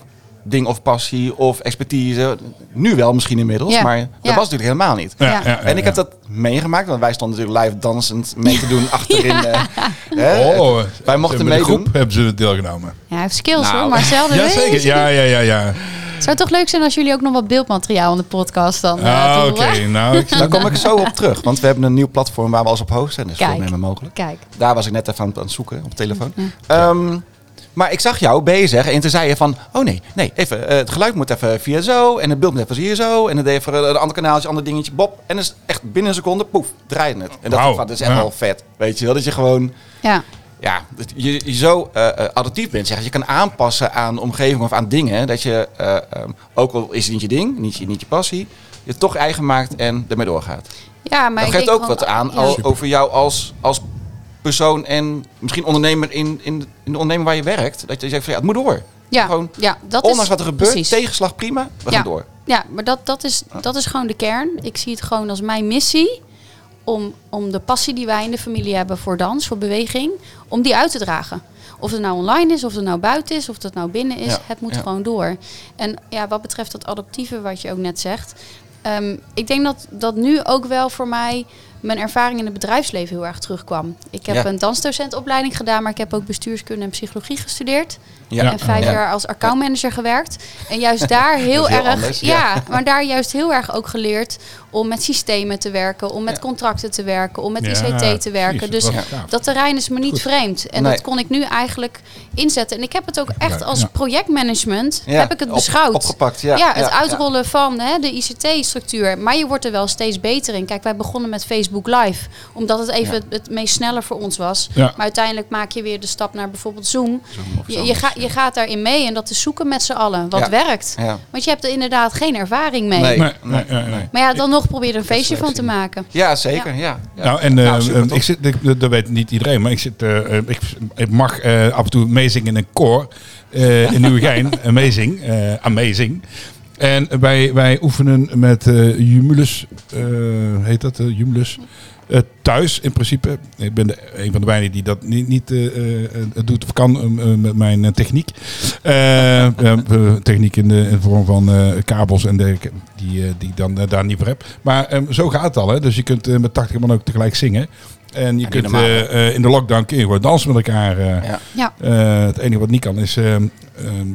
A: ding of passie of expertise. Nu wel misschien inmiddels,
C: Ja.
A: maar dat
C: Ja.
A: was natuurlijk helemaal niet.
C: Ja.
A: En ik heb dat meegemaakt, want wij stonden natuurlijk live dansend mee te doen achterin. eh, hè, het-
B: Oh,
A: wij mochten
B: met de
A: meedoen.
B: groep hebben ze deelgenomen.
C: Ja, hij heeft skills
A: Nou.
C: hoor, maar zelden
B: Ja, zeker. Ja, ja, ja, ja.
C: Het zou toch leuk zijn als jullie ook nog wat beeldmateriaal in de podcast dan eh,
B: Ah, oké.
C: toevoegen?
B: Nou, ik
A: Daar kom ik zo op terug, want we hebben een nieuw platform waar we als op hoog zijn. Dus veel
C: Kijk.
A: meer mee mogelijk.
C: Kijk,
A: Daar was ik net even aan, aan het zoeken op telefoon. Ehm, maar ik zag jou bezig en toen zei je van... Oh nee, nee, even, eh, het geluid moet even via zo. En het beeld moet even hier zo. En het even eh, een ander kanaaltje, ander dingetje, bob. En dus echt binnen een seconde, poef, draaide het. En dat,
B: Wauw,
A: dat is echt
B: ja.
A: wel vet, weet je wel. Dat je gewoon
C: ja.
A: ja, dat je, je zo eh eh, adaptief bent. Zeg. Je kan aanpassen aan de omgeving of aan dingen. Dat je, eh, ehm, ook al is het niet je ding, niet je, niet je passie, je het toch eigen maakt en ermee doorgaat.
C: Ja, maar
A: dat
C: ik
A: geeft
C: denk
A: ook
C: van-
A: wat aan
C: ja.
A: al over jou als, als persoon en misschien ondernemer in, in, in de onderneming waar je werkt. Dat je zegt van ja, het moet door.
C: Ja,
A: Gewoon,
C: ja, dat
A: Ondanks
C: is,
A: wat er gebeurt,
C: precies.
A: tegenslag prima, we gaan door.
C: Ja, maar dat, dat, is, dat is gewoon de kern. Ik zie het gewoon als mijn missie om, om de passie die wij in de familie hebben voor dans, voor beweging, om die uit te dragen. Of het nou online is, of het nou buiten is, of dat nou binnen is,
A: Ja,
C: het moet
A: ja.
C: gewoon door. En ja, wat betreft dat adoptieve wat je ook net zegt. ehm, ik denk dat dat nu ook wel voor mij mijn ervaring in het bedrijfsleven heel erg terugkwam. Ik heb
A: Ja.
C: een dansdocentopleiding gedaan, maar ik heb ook bestuurskunde en psychologie gestudeerd
B: Ja.
C: en vijf
A: Ja.
C: jaar als accountmanager gewerkt. En juist daar heel,
A: is heel
C: erg,
A: anders,
C: ja.
A: ja.
C: maar daar juist heel erg ook geleerd om met systemen te werken, om met
A: Ja.
C: contracten te werken, om met
B: Ja,
C: ICT te werken.
B: precies,
C: dus
B: dat was gaaf.
C: dat terrein is me niet vreemd. En
A: Nee.
C: dat kon ik nu eigenlijk inzetten. En ik heb het ook echt als
B: Ja.
C: projectmanagement
A: Ja,
C: heb ik het
A: op-
C: beschouwd.
A: opgepakt, ja.
C: het
A: Ja, ja.
C: uitrollen van hè, de ICT-structuur. Maar je wordt er wel steeds beter in. Kijk, wij begonnen met Facebook Live, omdat het even
A: Ja.
C: het, het meest sneller voor ons was.
B: Ja.
C: Maar uiteindelijk maak je weer de stap naar bijvoorbeeld Zoom.
A: Zoom of
C: Je,
A: zo'n
C: je, ga- je gaat daarin mee en dat is zoeken met z'n allen. Wat
A: Ja.
C: werkt.
A: Ja.
C: Want je hebt er inderdaad geen ervaring mee.
A: Nee.
B: Nee, nee, nee. nee.
C: Maar ja, dan nog probeer er een feestje van te
A: gezien.
C: maken.
A: Ja, zeker. Ja. Ja.
B: Nou, en eh,
A: Nou, super,
B: eh,
A: toch?
B: ik zit, ik- dat weet niet iedereen, maar ik, zit, eh, eh, ik, ik mag eh, af en toe meezingen in een koor eh in Nieuwegein. amazing. eh, amazing. En wij, wij oefenen met eh, Jumulus, eh, heet dat, eh, Jumulus, eh, thuis in principe. Ik ben de, een van de weinigen die dat niet, niet eh, eh, eh, doet of kan eh, eh, met mijn eh, techniek. Eh, eh, techniek in de, in de vorm van eh, kabels en dergelijke, ehm, die, eh, die ik dan eh, daar niet voor heb. Maar eh, zo gaat het al, hè? dus je kunt eh, met 80 man ook tegelijk zingen. En je
A: Ja, die
B: kunt
A: normaal.
B: eh, eh, in de lockdown kun je gewoon dansen met elkaar. eh.
A: Ja.
C: Ja.
B: Eh, het enige wat niet kan is ehm, ehm,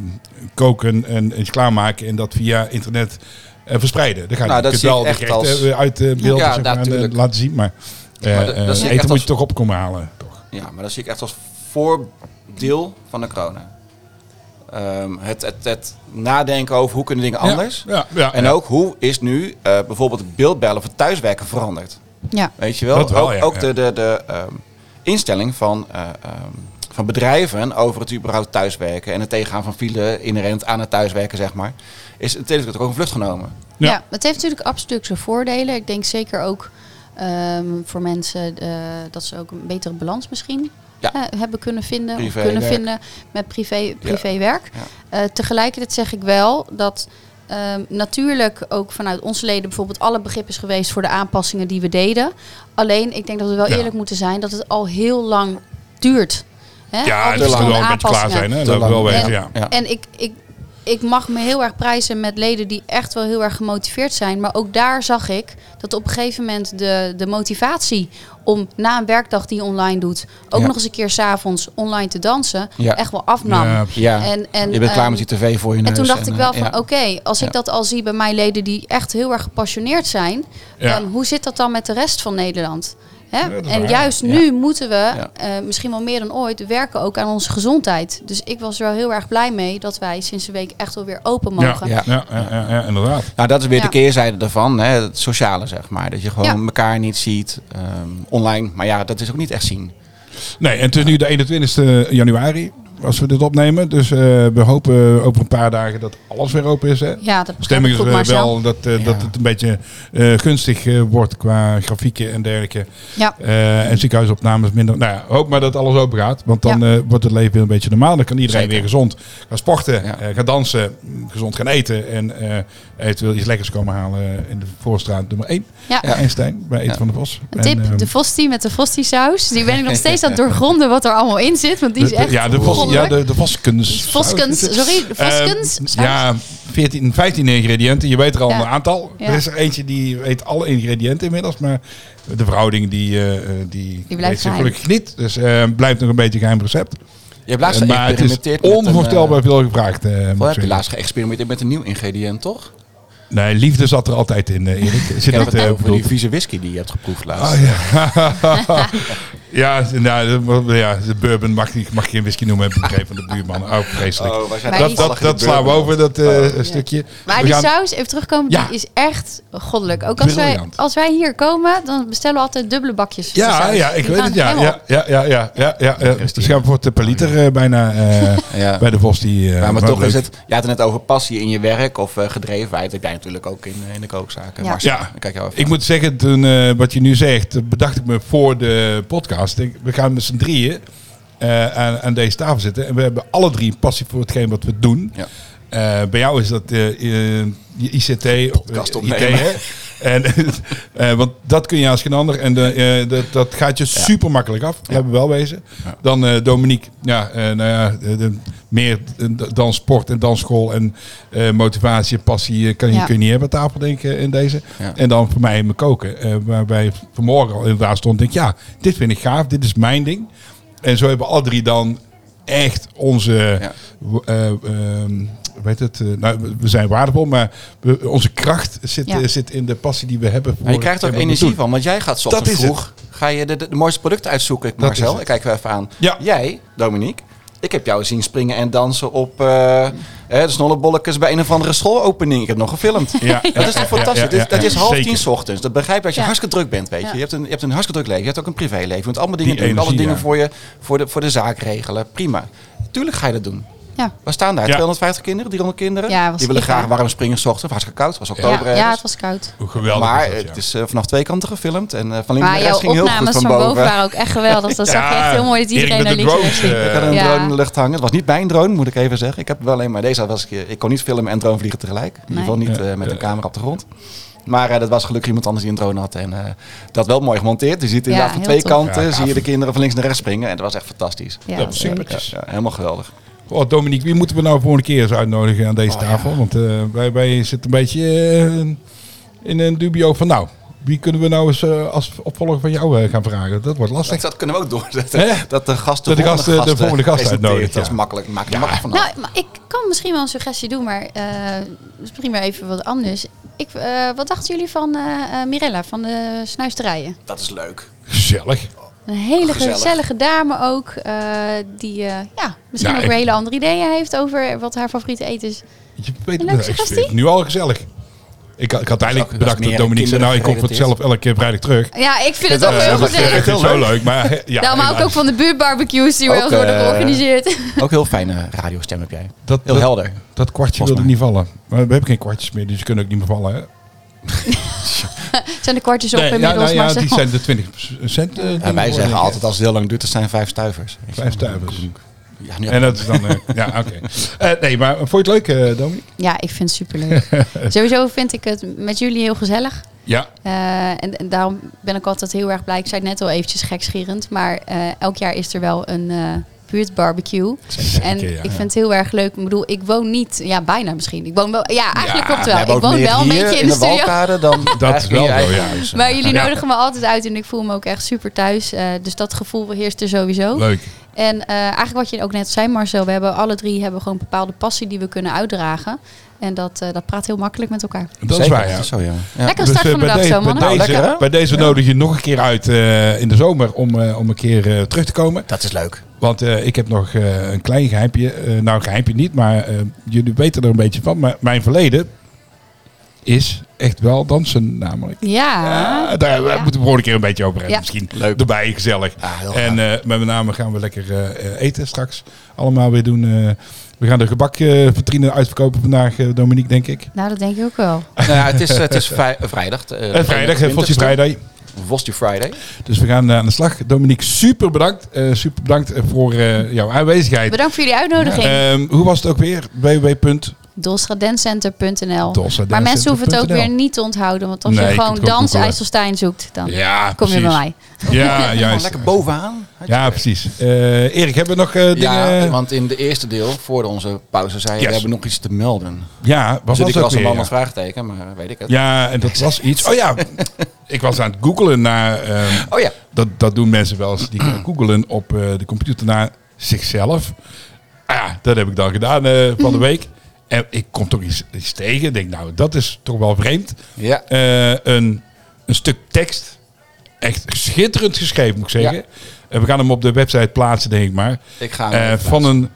B: koken en iets klaarmaken en dat via internet eh, verspreiden. Dat gaat
E: Nou,
B: niet.
E: dat
B: Je kunt
E: zie ik
B: wel
E: echt als-
B: direct, eh, uit eh beeld
E: Ja,
B: zeg maar, en, eh,
E: natuurlijk.
B: laten zien, maar, eh,
E: Maar dat- dat
B: eh,
E: zie ik echt
B: eten moet
E: als-
B: je toch op komen halen. Toch?
A: Ja, maar dat zie ik echt als voordeel van de corona. Ehm, het, het, het nadenken over hoe kunnen dingen anders.
B: Ja, ja, ja.
A: En ook hoe is nu eh, bijvoorbeeld het beeldbellen of het thuiswerken veranderd?
C: ja.
A: Weet je wel?
B: Dat wel,
A: ook
B: ja,
A: ook
B: ja.
A: de, de, de ehm, instelling van, eh, ehm, van bedrijven over het überhaupt thuiswerken en het tegengaan van file inherent aan het thuiswerken, zeg maar, is het heeft natuurlijk ook een vlucht genomen.
B: Ja.
C: Ja. het heeft natuurlijk absoluut zijn voordelen. Ik denk zeker ook ehm, voor mensen eh, dat ze ook een betere balans misschien
A: Ja.
C: eh, hebben kunnen vinden. Of
A: Privéwerk.
C: kunnen vinden met privé, privéwerk. Eh, tegelijkertijd zeg ik wel dat ehm, natuurlijk ook vanuit onze leden bijvoorbeeld alle begrip is geweest voor de aanpassingen die we deden. Alleen ik denk dat we wel
B: Ja.
C: eerlijk moeten zijn dat het al heel lang duurt. Hè? Al
B: ja,
C: die
B: dat moet wel een
C: verschillende
B: beetje klaar
C: aanpassingen.
B: zijn. Hè?
A: Te
B: Dat we
A: lang.
B: wel weten,
C: En,
B: ja.
A: Ja.
C: en ik, ik, ik mag me heel erg prijzen met leden die echt wel heel erg gemotiveerd zijn. Maar ook daar zag ik dat op een gegeven moment de, de motivatie om na een werkdag die je online doet, ook
A: Ja.
C: nog eens een keer s'avonds online te dansen,
A: Ja.
C: echt wel afnam.
B: Ja,
A: Ja,
C: En, en,
A: je bent klaar
C: ehm,
A: met die tv voor je neus.
C: en toen dacht ik wel
A: eh,
C: van,
A: ja.
C: oké, als
A: Ja.
C: ik dat al zie bij mijn leden die echt heel erg gepassioneerd zijn,
B: Ja.
C: dan hoe zit dat dan met de rest van Nederland? Hè?
B: dat is
C: en
B: waar.
C: juist
A: Ja.
C: nu moeten we,
A: Ja.
C: eh, misschien wel meer dan ooit, werken ook aan onze gezondheid. Dus ik was er wel heel erg blij mee dat wij sinds een week echt wel weer open
B: Ja,
C: mogen.
B: ja, ja, ja, ja, inderdaad.
A: Nou, dat is weer
C: Ja.
A: de keerzijde daarvan, hè, het sociale zeg maar. Dat je gewoon elkaar niet ziet, ehm, online. Maar ja, dat is ook niet echt zien.
B: Nee, en het is nu de 21 januari als we dit opnemen. Dus eh, we hopen over een paar dagen dat alles weer open is. Hè?
C: Ja, dat begrijp
B: Stemming
C: ik
B: is
C: goed,
B: eh,
C: Marcel.
B: wel dat, eh,
A: Ja.
B: dat het een beetje eh, gunstig eh, wordt qua grafieken en dergelijke.
C: Ja.
B: Eh, en ziekenhuisopnames minder. Nou ja, hoop maar dat alles open gaat. Want dan eh, wordt het leven weer een beetje normaal. Dan kan iedereen
A: Zeker.
B: weer gezond gaan sporten,
A: Ja.
B: eh, gaan dansen, mm, gezond gaan eten. En eh, eventueel iets lekkers komen halen eh, in de voorstraat nummer 1.
C: Ja.
B: Ja. Einstein, bij Eet van de Bos.
C: Een tip,
B: En, ehm,
C: de Vosti met de Vosti-saus. Die ben ik nog steeds aan het doorgronden wat er allemaal in zit. Want die is
B: de- de-
C: echt
B: ja, de vos, ja,
C: goddelijk.
B: de, de voskens.
C: Voskens, sorry, de voskens.
B: Ehm, ja, 14, 15 ingrediënten. Je weet er al
C: Ja.
B: een aantal.
C: Ja.
B: Er is er eentje die weet alle ingrediënten inmiddels. Maar de verhouding die, eh, eh, die,
C: blijft
B: weet ze
C: geheim.
B: gelukkig niet. Dus eh, blijft nog een beetje geheim recept.
A: Je hebt laatst
B: Eh, maar het is
A: geëxperimenteerd met een,
B: onvoorstelbaar
A: eh,
B: veel gevraagd. eh, moet ik
A: Wat heb je
B: zeggen.
A: laatst geëxperimenteerd met een nieuw ingrediënt, toch?
B: Nee, liefde zat er altijd in, eh, Erik. Zit
A: Ik heb
B: dat
A: het
B: eh
A: over die
B: bedoeld?
A: vieze whisky die je hebt geproefd laatst.
B: Oh, ja. ja, nou, dat- ja, de bourbon mag, niet- mag geen whisky noemen, heb ik begrepen van de buurman. Oh, vreselijk.
A: Oh, wij zijn
C: Maar
B: dat
C: die-
B: dat, dat slaan we over, dat eh, stukje.
C: Oh, Maar
B: We
C: die
B: gaan-
C: saus, even terugkomen,
B: Ja.
C: die is echt goddelijk. Ook als wij,
B: Briljant.
C: als wij hier komen, dan bestellen we altijd dubbele bakjes.
B: Ja,
C: saus.
B: ja, ik
C: Die
B: weet
C: gaan
B: het. Ja,
C: helemaal op.
B: ja, ja, ja, ja, ja, ja. ja. Dus gaan we voor de per liter eh, bijna eh,
A: Ja.
B: bij de Vos. Die, eh,
A: Ja, maar
B: wel
A: toch
B: leuk.
A: is het. Je had het net over passie in je werk of eh, gedrevenheid. Ik denk natuurlijk ook in, eh, in de kookzaken.
C: Ja.
A: Marcel,
B: Ja,
A: kijk jou even.
B: ik moet zeggen, toen, eh, wat je nu zegt, dat bedacht ik me voor de podcast. Ik- We gaan met z'n drieën eh, aan, aan deze tafel zitten. En we hebben alle drie een passie voor hetgeen wat we doen.
A: Ja.
B: Eh, bij jou is dat eh, eh, je ICT. eh,
A: Podcast opnemen.
B: IT, hè? En, eh, want dat kun je als geen ander. En de, eh, dat, dat gaat je super makkelijk af. Hebben we wel wezen. Dan eh, Dominique. Ja, eh, nou ja, de- de- meer d- dan sport en dansschool. En eh, motivatie en passie eh, kan je,
C: Ja.
B: kun je niet hebben aan tafel, denk ik, eh, in deze.
A: Ja.
B: En dan voor mij in mijn koken. eh, waarbij vanmorgen al inderdaad stond. Denk ik, ja, dit vind ik gaaf. Dit is mijn ding. En zo hebben alle drie dan echt onze...
A: Ja.
B: w- eh, ehm, hoe heet het? eh, nou, we- we zijn waardevol, maar we- onze kracht zit,
C: Ja.
B: eh, zit in de passie die we hebben. Voor
A: Maar je krijgt er ook
B: hetgeen wat we
A: energie
B: doen.
A: van, want jij gaat 's ochtends
B: Dat is het.
A: vroeg. Ga je de, de, de mooiste producten uitzoeken,
B: is
A: Marcel?
B: het.
A: Ik kijk er even aan.
B: Ja.
A: Jij, Dominique, ik heb jou zien springen en dansen op eh, eh, de snollebollekes bij een of andere schoolopening. Ik heb nog gefilmd.
B: Ja,
A: Dat is toch fantastisch?
B: ja, ja, ja.
A: dat is half
B: Zeker.
A: tien 's ochtends. Dat begrijp je als je
C: Ja.
A: hartstikke druk bent, weet je.
C: Ja.
A: Je, hebt een, je hebt een hartstikke druk leven. Je hebt ook een privéleven. Je moet allemaal dingen
B: Die
A: doen. alle
B: energie,
A: dingen
B: ja.
A: voor, je, voor, de, voor de zaak regelen. Prima. Tuurlijk ga je dat doen.
C: Ja.
A: Waar staan daar?
B: Ja.
A: 250 kinderen, 300 kinderen?
C: Ja, was
A: die willen
C: echt waar.
A: graag warm springen 's ochtends. Was hartstikke koud. Was
C: Ja,
A: oktober.
C: ja,
A: ergens.
C: het was koud.
B: Hoe geweldig
A: Maar
B: is dat, ja.
A: het is eh, vanaf twee kanten gefilmd. En eh, van
C: Maar
A: links naar rechts
C: jouw
A: ging heel goed
C: opnames
A: van
C: van
A: boven.
C: boven waren ook echt geweldig. Dat zag je echt heel mooi dat
B: Erik
C: iedereen
B: met
C: daar
B: de
C: liet
B: drones,
C: zien.
A: Ik had een
C: Ja.
A: drone in de lucht hangen. Het was niet mijn drone, moet ik even zeggen. Ik heb wel een, maar deze was ik, ik kon niet filmen en drone vliegen tegelijk. In ieder geval niet
B: Nee.
A: eh, met een camera op de grond. Maar eh, dat was gelukkig iemand anders die een drone had. En eh, dat wel mooi gemonteerd. Je ziet inderdaad van
C: heel
A: twee
C: tof.
A: kanten.
B: Ja,
A: zie je de kinderen van links naar rechts springen. En dat was echt fantastisch.
C: Ja,
B: dat was
C: leuk.
B: super.
A: Ja, ja, helemaal geweldig.
B: Oh, Dominique, wie moeten we nou volgende keer eens uitnodigen
A: Oh,
B: aan deze tafel? Want eh, wij, wij zitten een beetje eh, in een dubio van nou. Wie kunnen we nou eens eh, als opvolger van jou eh, gaan vragen? Dat wordt lastig.
A: Dat, dat kunnen we ook doorzetten.
B: Hè?
A: Dat de gast de,
B: Dat de
A: volgende
B: gast, eh, de
A: gast, eh,
B: volgende gast
A: presenteert.
B: uitnodigt,
A: Dat is
B: ja.
A: makkelijk. Maak je er makkelijk van oh, af.
C: Nou, maar ik kan misschien wel een suggestie doen, maar eh, dat is prima even wat anders. Ik, eh, wat dachten jullie van eh, eh, Mirella van de snuisterijen?
A: dat is leuk.
B: Gezellig.
C: Een hele
A: Gezellig.
C: gezellige dame ook, eh, die eh, ja, misschien
B: Ja,
C: ook
B: Nou, ik-
C: weer hele andere ideeën heeft over wat haar favoriete eten is.
B: Je weet,
C: Een leuke
B: nou, ik
C: suggestie?
B: vind het nu al gezellig. Ik, had- ik had
A: Dat is ook-
B: eigenlijk
A: dat is
B: bedacht dat
A: meer
B: Dominique zei, nou ik kom voor het zelf
A: gerelateerd.
B: elke keer vrijdag terug. Eh,
C: Ja, ik vind het
A: Dat
C: ook
A: is
C: heel
A: heel
B: dat is
C: gezellig.
B: echt zo leuk. Maar, eh, ja,
C: nou, maar ook,
B: helaas.
C: ook van de buurtbarbecues die wel
A: Ook,
C: eens worden
A: eh,
C: georganiseerd.
A: Ook heel fijne radiostem heb jij.
B: Dat-
A: heel
B: dat-
A: helder.
B: Dat kwartje
A: Volgens
B: wilde niet vallen. Maar we hebben geen kwartjes meer, dus je kunt ook niet meer vallen. Hè?
C: zijn de kwartjes op
B: Nee, ja,
C: inmiddels,
B: nou ja,
C: maar zo.
B: die zijn de 20 cent. eh,
A: En
B: dingen
A: wij
B: worden,
A: zeggen
B: denk ik.
A: altijd als het heel lang duurt, dat zijn vijf stuivers.
B: Vijf stuivers.
A: Ja, nu
B: En dat is dan... eh, ja, oké. Eh, nee, maar vond je het leuk, eh Dominique?
C: Ja, ik vind het superleuk. Sowieso vind ik het met jullie heel gezellig.
B: Ja.
C: Eh, en, en daarom ben ik altijd heel erg blij. Ik zei het net al eventjes gekscherend. Maar eh, elk jaar is er wel een eh buurtbarbecue. En
B: Zeker, ja.
C: ik vind het heel erg leuk. Ik bedoel, ik woon niet... Ja, bijna misschien. Ik woon wel... Ja, eigenlijk
B: Ja,
C: klopt wel. Ik woon wel een beetje in de, studio.
A: Walkade, dan
B: Dat is
A: eigenlijk in
B: wel
A: je
B: zo,
A: eigen-
B: ja.
C: Maar jullie
B: Ja.
C: nodigen me altijd uit en ik voel me ook echt super thuis. Eh, dus dat gevoel heerst er sowieso.
B: Leuk.
C: En eh, eigenlijk wat je ook net zei, Marcel, we hebben alle drie hebben gewoon bepaalde passie die we kunnen uitdragen. En dat, eh, dat praat heel makkelijk met elkaar.
B: Dat is
A: Zeker,
B: waar, ja.
A: dat zo, ja. Ja.
C: Lekker start
B: eh,
C: van de dag
B: deze-
C: zo, mannen.
B: Bij deze,
A: Nou, lekker, hè?
B: bij deze nodig je nog een keer uit eh, in de zomer om, eh, om een keer eh, terug te komen.
A: Dat is leuk.
B: Want eh, ik heb nog eh, een klein geheimpje. Eh, nou, een geheimpje niet, maar eh, jullie weten er een beetje van. Maar mijn verleden is echt wel dansen namelijk.
C: Ja.
B: Ah, daar eh,
C: Ja.
B: moeten we gewoon een keer een beetje over hebben.
C: Ja.
B: Misschien
A: Leuk.
B: erbij, gezellig.
A: Ah, heel
B: en eh, met name gaan we lekker eh, eh, eten straks. Allemaal weer doen. eh, we gaan de gebakvitrine uitverkopen vandaag, eh, Dominique, denk ik.
C: Nou, dat denk ik ook wel.
A: Nou ja, het is, het is vrij- vrijdag. eh,
B: En vrijdag, hè, Fossie Friday.
A: Vosje Friday.
B: Dus we gaan eh, aan de slag. Dominique, super bedankt. Eh, super bedankt eh, voor eh, jouw aanwezigheid.
C: Bedankt voor jullie uitnodiging.
B: Ehm, hoe was het ook weer? www.dolstradenscenter.nl
C: Dolstradenscenter.nl. Maar mensen hoeven het ook weer niet te onthouden. Want als
B: Nee,
C: je
B: je
C: gewoon
B: kunt gewoon
C: dans
B: googlen.
C: IJsselstein zoekt, dan
B: Ja,
C: Oh, kom je bij
B: precies.
C: mij.
B: Ja,
A: Gewoon
B: juist.
A: lekker bovenaan.
B: Ja, precies. Eh, Erik, hebben we nog eh,
A: Ja,
B: dingen?
A: want in de eerste deel, voor onze pauze, zei je,
B: Yes.
A: we hebben nog iets te melden. Dus
B: Ja, wat was
A: Zit ik
B: ook
A: er als een
B: weer?
A: man een vraagteken, maar eh, weet ik het.
B: Ja, en dat was iets. Oh ja, ik was aan het googelen naar. ehm,
A: Oh ja.
B: dat, dat doen mensen wel eens. Die gaan googelen op eh, de computer naar zichzelf. Ah ja, dat heb ik dan gedaan eh, van de week. En ik kom toch iets, iets tegen. Ik denk, nou, dat is toch wel vreemd.
A: Ja.
B: Eh, een, een stuk tekst. Echt schitterend geschreven, moet ik zeggen.
A: Ja.
B: Eh, we gaan hem op de website plaatsen, denk ik maar.
A: Ik ga hem
B: Eh,
A: even
B: van een,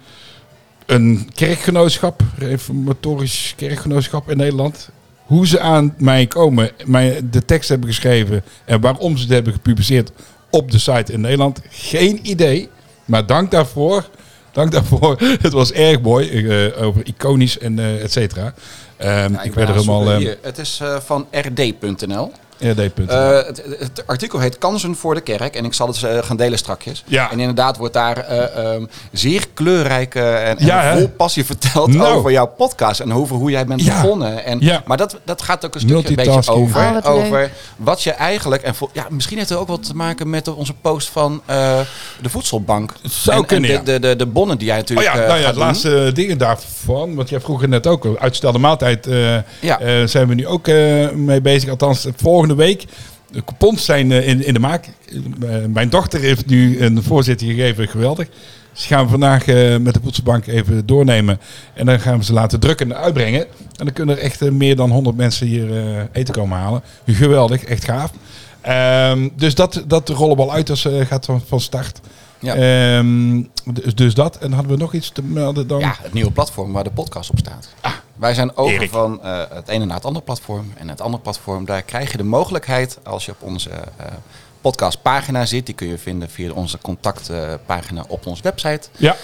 B: een kerkgenootschap, reformatorisch kerkgenootschap in Nederland. Hoe ze aan mij komen, mij de tekst hebben geschreven en waarom ze het hebben gepubliceerd op de site in Nederland. Geen idee, maar dank daarvoor. Dank daarvoor. Het was erg mooi, eh, over iconisch en eh et cetera. Ehm,
A: Nou,
B: ik werd
A: ben
B: er
A: aan het
B: helemaal...
A: zoeken.
B: ehm,
A: Hier, het is eh, van rd.nl.
B: RD. punt.
A: Eh, het, het artikel heet Kansen voor de kerk. En ik zal het eh, gaan delen strakjes.
B: Ja.
A: En inderdaad wordt daar eh, ehm, zeer kleurrijk eh, en, en
B: Ja, hè?
A: vol passie verteld
B: Nou.
A: over jouw podcast. En over hoe jij bent
B: Ja.
A: begonnen. En,
B: Ja.
A: Maar dat, dat gaat ook een stukje een beetje
B: Multitasking.
A: over.
C: Oh, wat leuk.
A: over wat je eigenlijk... En vol- ja, misschien heeft het ook wat te maken met onze post van eh, de voedselbank.
B: Zou
A: En- en,
B: kunnen, ja.
A: de, de, de, de bonnen die jij
B: Oh
A: natuurlijk
B: ja,
A: eh,
B: nou ja,
A: gaat
B: het
A: doen.
B: laatste dingen daarvan. Want jij vroeg het net ook, uitstelde maaltijd eh,
A: Ja.
B: eh, zijn we nu ook eh, mee bezig. Althans, volgende week. De coupons zijn eh, in, in de maak. Eh, mijn dochter heeft nu een voorzitter gegeven, geweldig. Ze gaan we vandaag eh, met de voedselbank even doornemen. En dan gaan we ze laten drukken en uitbrengen. En dan kunnen er echt eh, meer dan 100 mensen hier eh, eten komen halen. Geweldig, echt gaaf. Ehm, dus dat, dat rollen we al uit als eh, gaat van, van start.
A: Ja.
B: Ehm, dus, dus dat. En hadden we nog iets te melden dan?
A: Ja, het nieuwe platform waar de podcast op staat. Wij zijn over
B: Ah, Erik.
A: van eh, het ene naar het andere platform. En het andere platform, daar krijg je de mogelijkheid als je op onze eh, podcastpagina zit. Die kun je vinden via onze contactpagina op onze website.
B: Ja.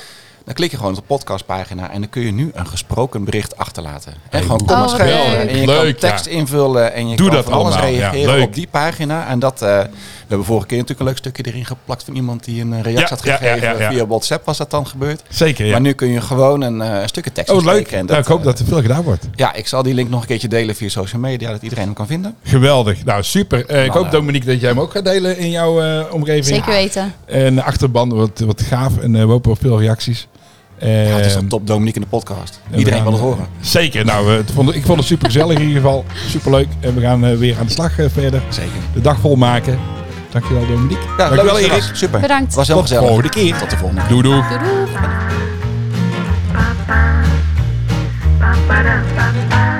A: Dan klik je gewoon op de podcastpagina en dan kun je nu een gesproken bericht achterlaten. En
B: Hey,
A: gewoon
B: hoe
A: comments
C: geweldig.
A: geven. En je
B: Leuk,
A: kan tekst
B: ja.
A: invullen en je
B: Doe
A: kan
B: dat
A: van alles
B: allemaal, ja,
A: reageren
B: leuk.
A: op die pagina. En dat, eh, we hebben vorige keer natuurlijk een leuk stukje erin geplakt van iemand die een eh, reactie
B: Ja,
A: had
B: ja, ja,
A: gegeven.
B: ja, ja.
A: Via WhatsApp was dat dan gebeurd.
B: Zeker, ja.
A: Maar nu kun je gewoon een eh, stukje tekst
B: oh,
A: insteken
B: leuk.
A: en
B: Nou, ik hoop
A: eh,
B: dat er veel gedaan wordt.
A: Ja, ik zal die link nog een keertje delen via social media, dat iedereen hem kan vinden.
B: Geweldig. Nou, super. Eh, ik
A: Nou,
B: hoop,
A: eh,
B: Dominique, dat jij hem ook gaat delen in jouw eh, omgeving.
C: Zeker weten.
B: En de achterban, wat, wat gaaf. En eh, we hopen op veel reacties.
A: Ja, het is
B: Ehm,
A: toch top Dominique in de podcast.
B: we
A: Iedereen
B: gaan,
A: wil het horen.
B: eh, Zeker. Nou, eh, het vond, ik vond het super gezellig in ieder geval. Super leuk. En we gaan eh, weer aan de slag eh, verder.
A: Zeker.
B: De dag vol maken. Dankjewel Dominique.
A: Ja,
B: Dankjewel
A: leuk
B: Erik.
A: terras. Super.
C: Bedankt.
A: Was heel
B: Tot de
A: gezellig.
B: volgende keer.
A: Tot de volgende.
B: Doei doei.
C: Doei doei.
E: Ba-ba-da-ba-ba.